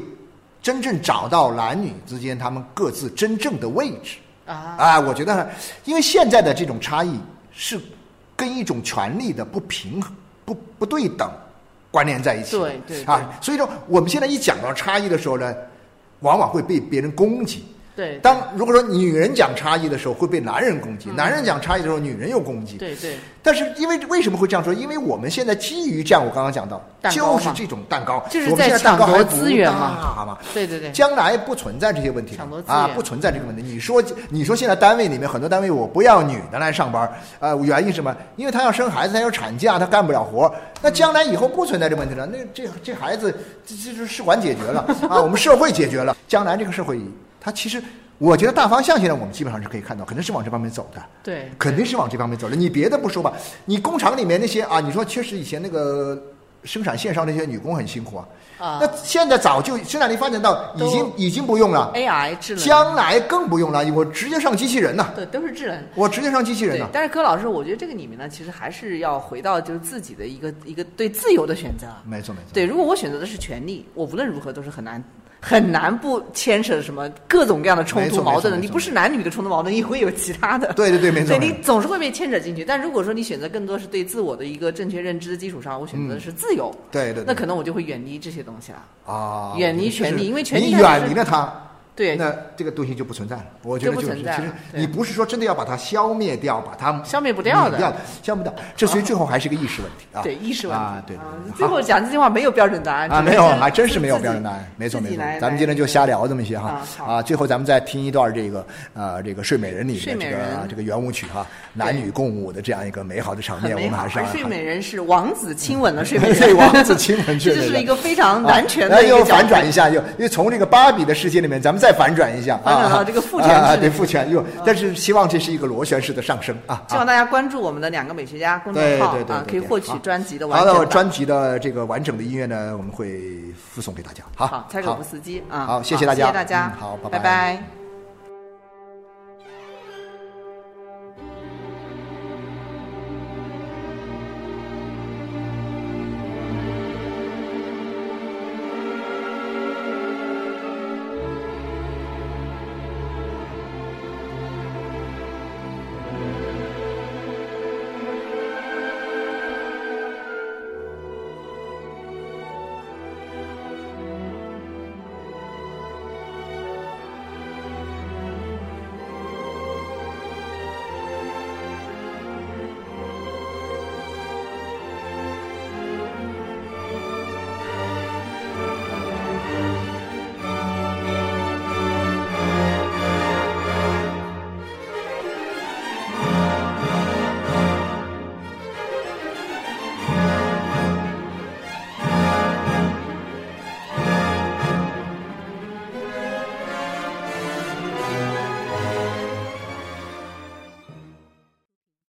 [SPEAKER 2] 真正找到男女之间他们各自真正的位置。
[SPEAKER 1] 啊，
[SPEAKER 2] 啊，我觉得，因为现在的这种差异是跟一种权力的不平衡、不不对等关联在一起的。
[SPEAKER 1] 对对对
[SPEAKER 2] 啊，所以说我们现在一讲到差异的时候呢，往往会被别人攻击。
[SPEAKER 1] 对，
[SPEAKER 2] 当如果说女人讲差异的时候，会被男人攻击；男人讲差异的时候，女人又攻
[SPEAKER 1] 嗯
[SPEAKER 2] 击。
[SPEAKER 1] 对对
[SPEAKER 2] 但是因为为什么会这样说？因为我们现在基于这样，我刚刚讲到，
[SPEAKER 1] 蛋糕
[SPEAKER 2] 就
[SPEAKER 1] 嘛
[SPEAKER 2] 是这种蛋糕，
[SPEAKER 1] 就是
[SPEAKER 2] 我们
[SPEAKER 1] 在
[SPEAKER 2] 现在蛋糕
[SPEAKER 1] 抢夺
[SPEAKER 2] 还不
[SPEAKER 1] 资源嘛
[SPEAKER 2] 大嘛，
[SPEAKER 1] 对对对，
[SPEAKER 2] 将来不存在这些问题了
[SPEAKER 1] 抢夺资源
[SPEAKER 2] 啊，不存在这个问题。你说，你说现在单位里面很多单位我不要女的来上班，呃，原因是什么？因为她要生孩子，她要产假，她干不了活。那将来以后不存在这问题了，那这这孩子这这这试管解决 了啊，我们社会解决了，将来这个社会它其实。我觉得大方向现在我们基本上是可以看到，肯定是往这方面走的，
[SPEAKER 1] 对
[SPEAKER 2] 肯定是往这方面走的。你别的不说吧，你工厂里面那些啊，你说确实以前那个生产线上那些女工很辛苦啊。
[SPEAKER 1] 啊
[SPEAKER 2] 那现在早就生产力发展到已经
[SPEAKER 1] 都
[SPEAKER 2] 已经不用了，
[SPEAKER 1] ，AI 智能，
[SPEAKER 2] 将来更不用了，我直接上机器人呐、
[SPEAKER 1] 对，都是智能。
[SPEAKER 2] 我直接上机器人
[SPEAKER 1] 对
[SPEAKER 2] 呐、，
[SPEAKER 1] 但是柯老师，我觉得这个里面呢，其实还是要回到就是自己的一个一个对自由的选择。
[SPEAKER 2] 没错没错。
[SPEAKER 1] 对，如果我选择的是权利，我无论如何都是很难很难不牵扯什么各种各样的冲
[SPEAKER 2] 没
[SPEAKER 1] 突
[SPEAKER 2] 错
[SPEAKER 1] 矛盾
[SPEAKER 2] 没错
[SPEAKER 1] 的。
[SPEAKER 2] 没错
[SPEAKER 1] 你不是男女的冲突矛盾，你会有其他的。
[SPEAKER 2] 对对对没错
[SPEAKER 1] 对
[SPEAKER 2] 没
[SPEAKER 1] 你
[SPEAKER 2] 错
[SPEAKER 1] 总是会被牵扯进去。但如果说你选择更多是对自我的一个正确认知的基础上，我选择的是自由，
[SPEAKER 2] 嗯对对对
[SPEAKER 1] 那可能我就会远离这些东西了。
[SPEAKER 2] 啊，
[SPEAKER 1] 远离
[SPEAKER 2] 我觉得
[SPEAKER 1] 权力
[SPEAKER 2] 是
[SPEAKER 1] 因为权力
[SPEAKER 2] 你
[SPEAKER 1] 它就是
[SPEAKER 2] 远离了它，
[SPEAKER 1] 对，
[SPEAKER 2] 那这个东西就不存在了。我觉得
[SPEAKER 1] 就不
[SPEAKER 2] 就是
[SPEAKER 1] 存在
[SPEAKER 2] 其实
[SPEAKER 1] 了对
[SPEAKER 2] 你不是说真的要把它消灭掉，把它
[SPEAKER 1] 消灭不掉的
[SPEAKER 2] 抹掉消灭不掉。这所以最后还是个意识问题嗯啊。
[SPEAKER 1] 对意识问题
[SPEAKER 2] 啊，对对对。
[SPEAKER 1] 最后讲这句话没有标准答案
[SPEAKER 2] 啊，
[SPEAKER 1] 只
[SPEAKER 2] 没有，
[SPEAKER 1] 是
[SPEAKER 2] 还真是
[SPEAKER 1] 自
[SPEAKER 2] 没有
[SPEAKER 1] 自己
[SPEAKER 2] 标准答案，没错
[SPEAKER 1] 自
[SPEAKER 2] 没
[SPEAKER 1] 己
[SPEAKER 2] 错
[SPEAKER 1] 来。
[SPEAKER 2] 咱们今天就瞎聊这么些哈
[SPEAKER 1] 啊好
[SPEAKER 2] 啊，最后咱们再听一段这个呃这个《睡美人》里
[SPEAKER 1] 睡
[SPEAKER 2] 面
[SPEAKER 1] 美
[SPEAKER 2] 这
[SPEAKER 1] 人
[SPEAKER 2] 个啊这个圆舞曲哈，男女共舞的这样一个美好的场
[SPEAKER 1] 很
[SPEAKER 2] 面，我
[SPEAKER 1] 美
[SPEAKER 2] 们
[SPEAKER 1] 好
[SPEAKER 2] 还。是
[SPEAKER 1] 而
[SPEAKER 2] 要
[SPEAKER 1] 睡美人是王子亲吻了睡美人，
[SPEAKER 2] 对王子亲吻啊
[SPEAKER 1] 这
[SPEAKER 2] 睡美
[SPEAKER 1] 就
[SPEAKER 2] 人
[SPEAKER 1] 是一个非常
[SPEAKER 2] 啊
[SPEAKER 1] 男权
[SPEAKER 2] 那
[SPEAKER 1] 的一个
[SPEAKER 2] 又
[SPEAKER 1] 角
[SPEAKER 2] 反
[SPEAKER 1] 色
[SPEAKER 2] 转一下，又又从这个芭比的世界里面，咱们再反转一下，
[SPEAKER 1] 反转
[SPEAKER 2] 啊
[SPEAKER 1] 到这个父权制
[SPEAKER 2] 啊啊
[SPEAKER 1] 里
[SPEAKER 2] 对
[SPEAKER 1] 面
[SPEAKER 2] 父权又，但是希望这是一个螺旋式的上升啊。
[SPEAKER 1] 希望大家关注我们的两个美学家公众
[SPEAKER 2] 对
[SPEAKER 1] 号
[SPEAKER 2] 对对
[SPEAKER 1] 啊，
[SPEAKER 2] 对
[SPEAKER 1] 可以
[SPEAKER 2] 对
[SPEAKER 1] 获取
[SPEAKER 2] 好
[SPEAKER 1] 专辑的完
[SPEAKER 2] 好
[SPEAKER 1] 整
[SPEAKER 2] 的，
[SPEAKER 1] 版。
[SPEAKER 2] 专辑的这个完整的音乐呢，我们会附送给大家。好，
[SPEAKER 1] 好，柴可夫斯基啊，
[SPEAKER 2] 好谢谢大家
[SPEAKER 1] 谢谢大家
[SPEAKER 2] 嗯，好拜
[SPEAKER 1] 拜
[SPEAKER 2] 拜
[SPEAKER 1] 拜